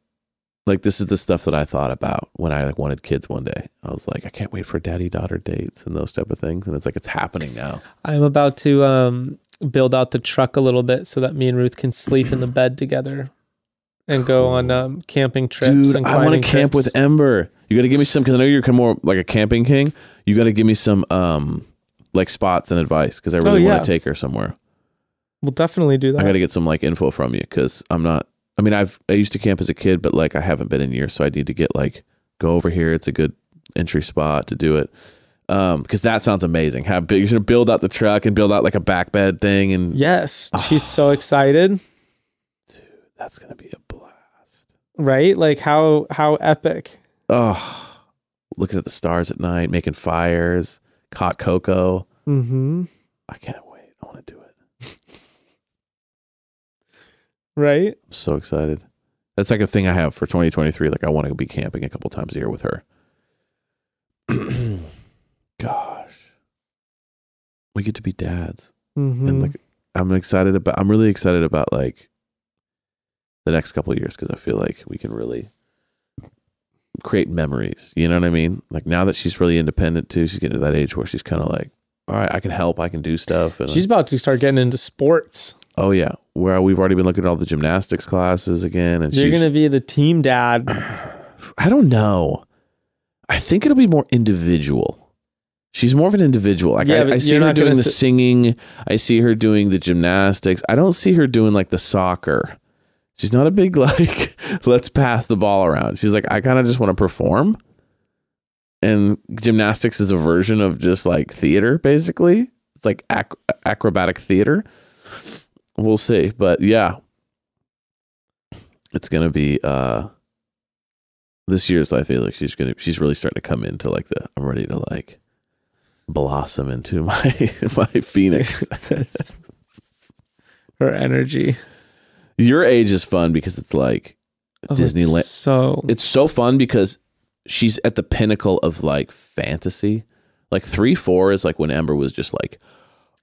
D: Like this is the stuff that I thought about when I like wanted kids one day. I was like, I can't wait for daddy daughter dates and those type of things. And it's like it's happening now.
E: I'm about to um, build out the truck a little bit so that me and Ruth can sleep in the bed together and go on um, camping trips.
D: Dude,
E: and
D: I want to
E: climbing
D: camp
E: trips.
D: with Ember. You got to give me some because I know you're kind of more like a camping king. You got to give me some um like spots and advice because I really
E: Oh, yeah.
D: want to take her somewhere.
E: We'll definitely do
D: I got
E: that.
D: to get some like info from you because I'm not. I mean, I've I used to camp as a kid, but like I haven't been in years, so I need to get like go over here. It's a good entry spot to do it. Um, because that sounds amazing. How big you're gonna build out the truck and build out like a back bed thing, and
E: Yes,
D: Ah.
E: she's so excited,
D: that's gonna be a blast.
E: right? Like how how epic.
D: Oh, looking at the stars at night, making fires, hot cocoa.
E: Mm-hmm.
D: I can't wait. I want to do it.
E: Right?
D: I'm so excited. That's like a thing I have for 2023. Like I want to be camping a couple times a year with her. *clears throat* Gosh, we get to be dads,
E: Mm-hmm.
D: and like I'm excited about. I'm really excited about like the next couple of years because I feel like we can really create memories. You know what I mean? Like now that she's really independent too, she's getting to that age where she's kind of like, all right, I can help, I can do stuff. And
E: she's about to start getting into sports.
D: Oh yeah, where we've already been looking at all the gymnastics classes again, and
E: You're
D: she's-
E: gonna be the
D: *laughs*
E: team dad.
D: I don't know. I think it'll be more individual. She's more of an individual. Like
E: Yeah,
D: I,
E: but
D: I see
E: you're
D: her
E: not
D: doing
E: gonna
D: the
E: s-
D: singing. I see her doing the gymnastics. I don't see her doing like the soccer. She's not a big *laughs* like. let's pass the ball around. She's like I kind of just want to perform. And gymnastics is a version of just like theater, basically. It's like ac- acrobatic theater. We'll see, but yeah, it's gonna be. uh this year's I feel like she's gonna she's really starting to come into like the I'm ready to like blossom into *laughs* my my
E: *laughs*
D: phoenix.
E: That's- Her energy.
D: Your age is fun because it's like
E: Oh, it's
D: Disneyland.
E: So
D: It's so fun because she's at the pinnacle of like fantasy. Like three, four is like when Ember was just like,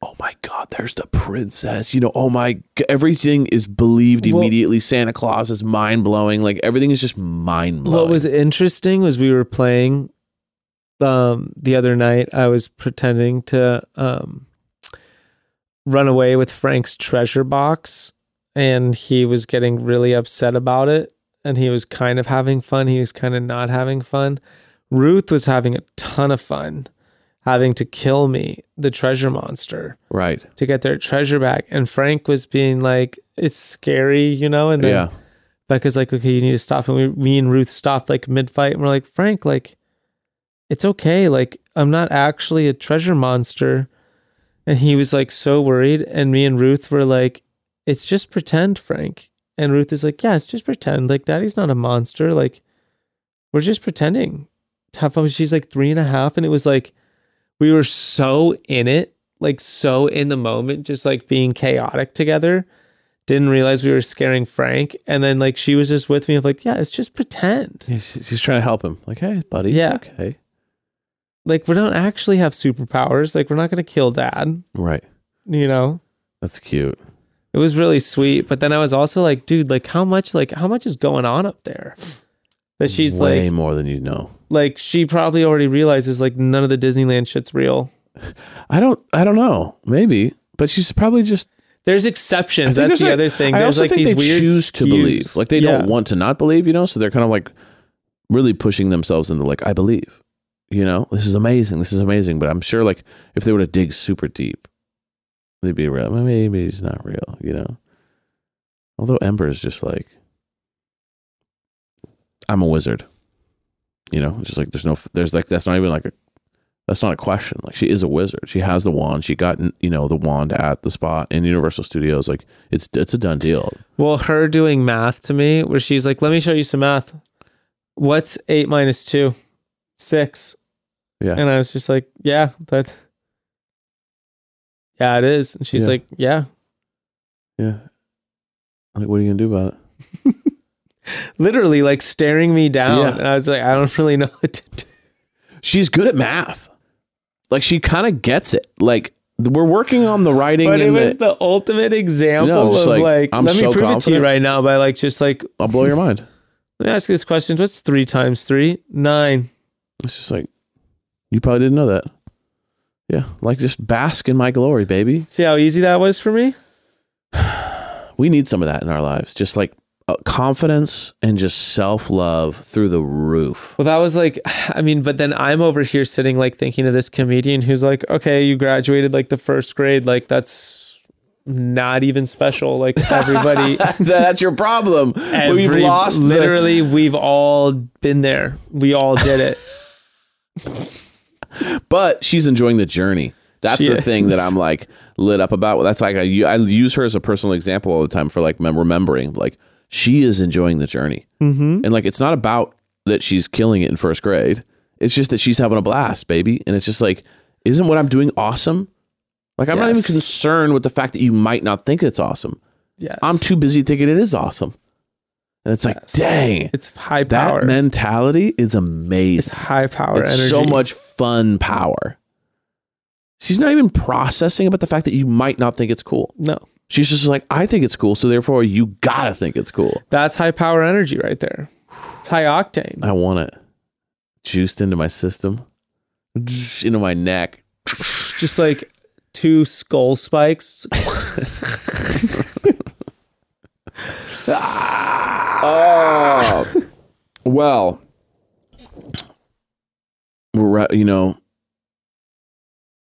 D: "Oh my God, there's the princess!" You know, "Oh my, g- everything is believed
E: Well-
D: immediately." Santa Claus is mind blowing. Like everything is just mind blowing.
E: What was interesting was we were playing um the other night I was pretending to um run away with Frank's treasure box and he was getting really upset about it and he was kind of having fun. He was kind of not having fun. Ruth was having a ton of fun having to kill me, the treasure monster,
D: Right.
E: to get their treasure back. And Frank was being like, it's scary, you know? And then
D: Yeah.
E: Becca's like, okay, you need to stop. And we, me and Ruth stopped like mid fight and we're like, Frank, like, it's okay. Like, I'm not actually a treasure monster. And he was like so worried. And me and Ruth were like, it's just pretend, Frank. And Ruth is like, yeah, it's just pretend. Like, daddy's not a monster. Like, we're just pretending to have fun. She's like three and a half. And it was like, we were so in it, like, so in the moment, just like being chaotic together didn't realize we were scaring Frank. And then like she was just with me of like, yeah, it's just pretend.
D: He's, he's trying to help him. Like, hey, buddy,
E: Yeah.
D: it's okay.
E: Like we don't actually have superpowers. Like we're not gonna kill dad.
D: Right.
E: You know?
D: That's cute.
E: It was really sweet. But then I was also like, dude, like how much like how much is going on up there? That she's
D: way
E: like
D: more than you know.
E: like she probably already realizes like none of the Disneyland shit's real.
D: I don't. I don't know. Maybe, but she's probably just.
E: There's
D: I
E: exceptions.
D: think
E: That's
D: there's,
E: the
D: like-
E: other thing.
D: I
E: There's
D: also
E: like
D: think
E: these
D: they
E: weird
D: choose to
E: skews.
D: believe. Like they
E: Yeah.
D: don't want to not believe. You know, so they're kind of like really pushing themselves into like I believe. You know, this is amazing. This is amazing. But I'm sure like if they were to dig super deep, they'd be real. "Well, Maybe it's not real. You know. Although Ember is just like, I'm a wizard. You know, it's just like there's no, there's like that's not even like a, that's not a question. Like she is a wizard. She has the wand. She got you know the wand at the spot in Universal Studios. Like it's it's a done deal.
E: Well, her doing math to me, where she's like, let me show you some math. What's eight minus two? Six.
D: Yeah.
E: And I was just like, yeah, that. Yeah, it is. And she's
D: Yeah.
E: like, yeah.
D: Yeah. Like what are you gonna do about it?
E: Literally, like staring me down.
D: Yeah.
E: And I was like, I don't really know what to do.
D: She's good at math. Like she kind of gets it. Like we're working on the writing.
E: But it
D: and
E: was
D: the,
E: the ultimate example
D: No, just
E: of like,
D: like, I'm
E: let me
D: so
E: prove it to you
D: confident.
E: right now by like, just like,
D: I'll blow your mind.
E: let me ask you this question. What's three times three? Nine.
D: It's just like you probably didn't know that. Yeah, like just bask in my glory, baby.
E: See how easy that was for me?
D: we need some of that in our lives just like uh, confidence and just self-love through the *laughs* roof
E: Well, that was like, *sighs* I mean, but then I'm over here sitting like thinking of this comedian who's like, okay, you graduated like the first grade, like that's not even special. Like everybody,
D: that's your problem *laughs*
E: every-
D: we've lost literally
E: Literally, we've all been there. We all did
D: *laughs*
E: it.
D: but she's enjoying the journey that's
E: She
D: the
E: is.
D: thing that i'm like lit up about that's like I, u- I use her as a personal example all the time for like mem- remembering like she is enjoying the journey
E: mm-hmm.
D: and like it's not about that she's killing it in first grade it's just that she's having a blast baby and it's just like isn't what i'm doing awesome like i'm not even
E: Yes.
D: concerned with the fact that you might not think it's awesome
E: Yes.
D: I'm too busy thinking it is awesome. And it's like,
E: Yes.
D: dang,
E: It's high
D: that
E: power.
D: mentality is
E: it's
D: amazing.
E: high power
D: It's,
E: energy.
D: so much fun power. She's not even processing about the fact that you might not think it's cool.
E: No,
D: She's just like, I think it's cool, so therefore you gotta think it's cool.
E: that's high power energy right there. It's high octane.
D: I want it juiced into my system, into my neck.
E: Just like two skull spikes.
D: Oh, well, we're right, you know.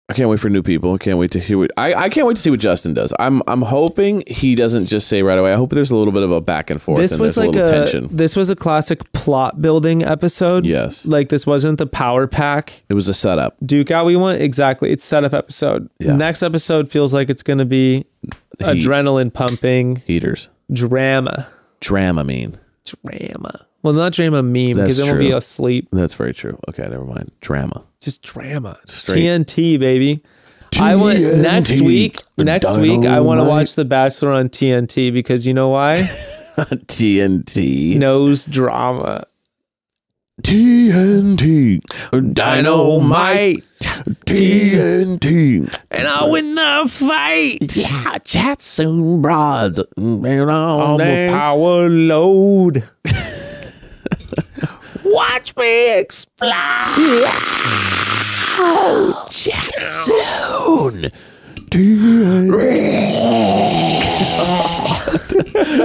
D: I can't wait for new people. I can't wait to hear what I, I can't wait to see what Justin does. I'm I'm hoping he doesn't just say right away. I hope there's a little bit of a back and forth.
E: This
D: and
E: was
D: there's
E: like
D: a
E: a
D: little tension.
E: this was a classic plot building episode.
D: Yes,
E: like this wasn't the power pack
D: it was a setup.
E: duke out we want exactly it's setup episode
D: Yeah.
E: next episode feels like it's going to be
D: Heat-
E: adrenaline pumping
D: heaters,
E: drama
D: Dramamine.
E: drama well not drama meme
D: That's
E: because then we'll
D: true.
E: be asleep
D: That's very true. Okay, never mind. Drama. *laughs*
E: just drama
D: Straight.
E: tnt baby i want next
D: TNT.
E: week next week i want to
D: Dynamite.
E: watch the bachelor on tnt because you know why
D: *laughs* TNT.
E: knows drama
D: TNT. Dynamite. TNT.
E: and i win the fight
D: Yeah, chat soon, broads. oh,
E: i'm a
D: *laughs*
E: power load
D: Watch me explode. chat soon.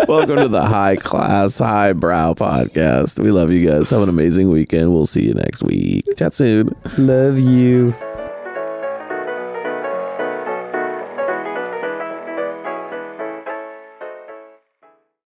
D: Welcome to the high class, high brow podcast. We love you guys. Have an amazing weekend. We'll see you next week. Chat soon. Love you.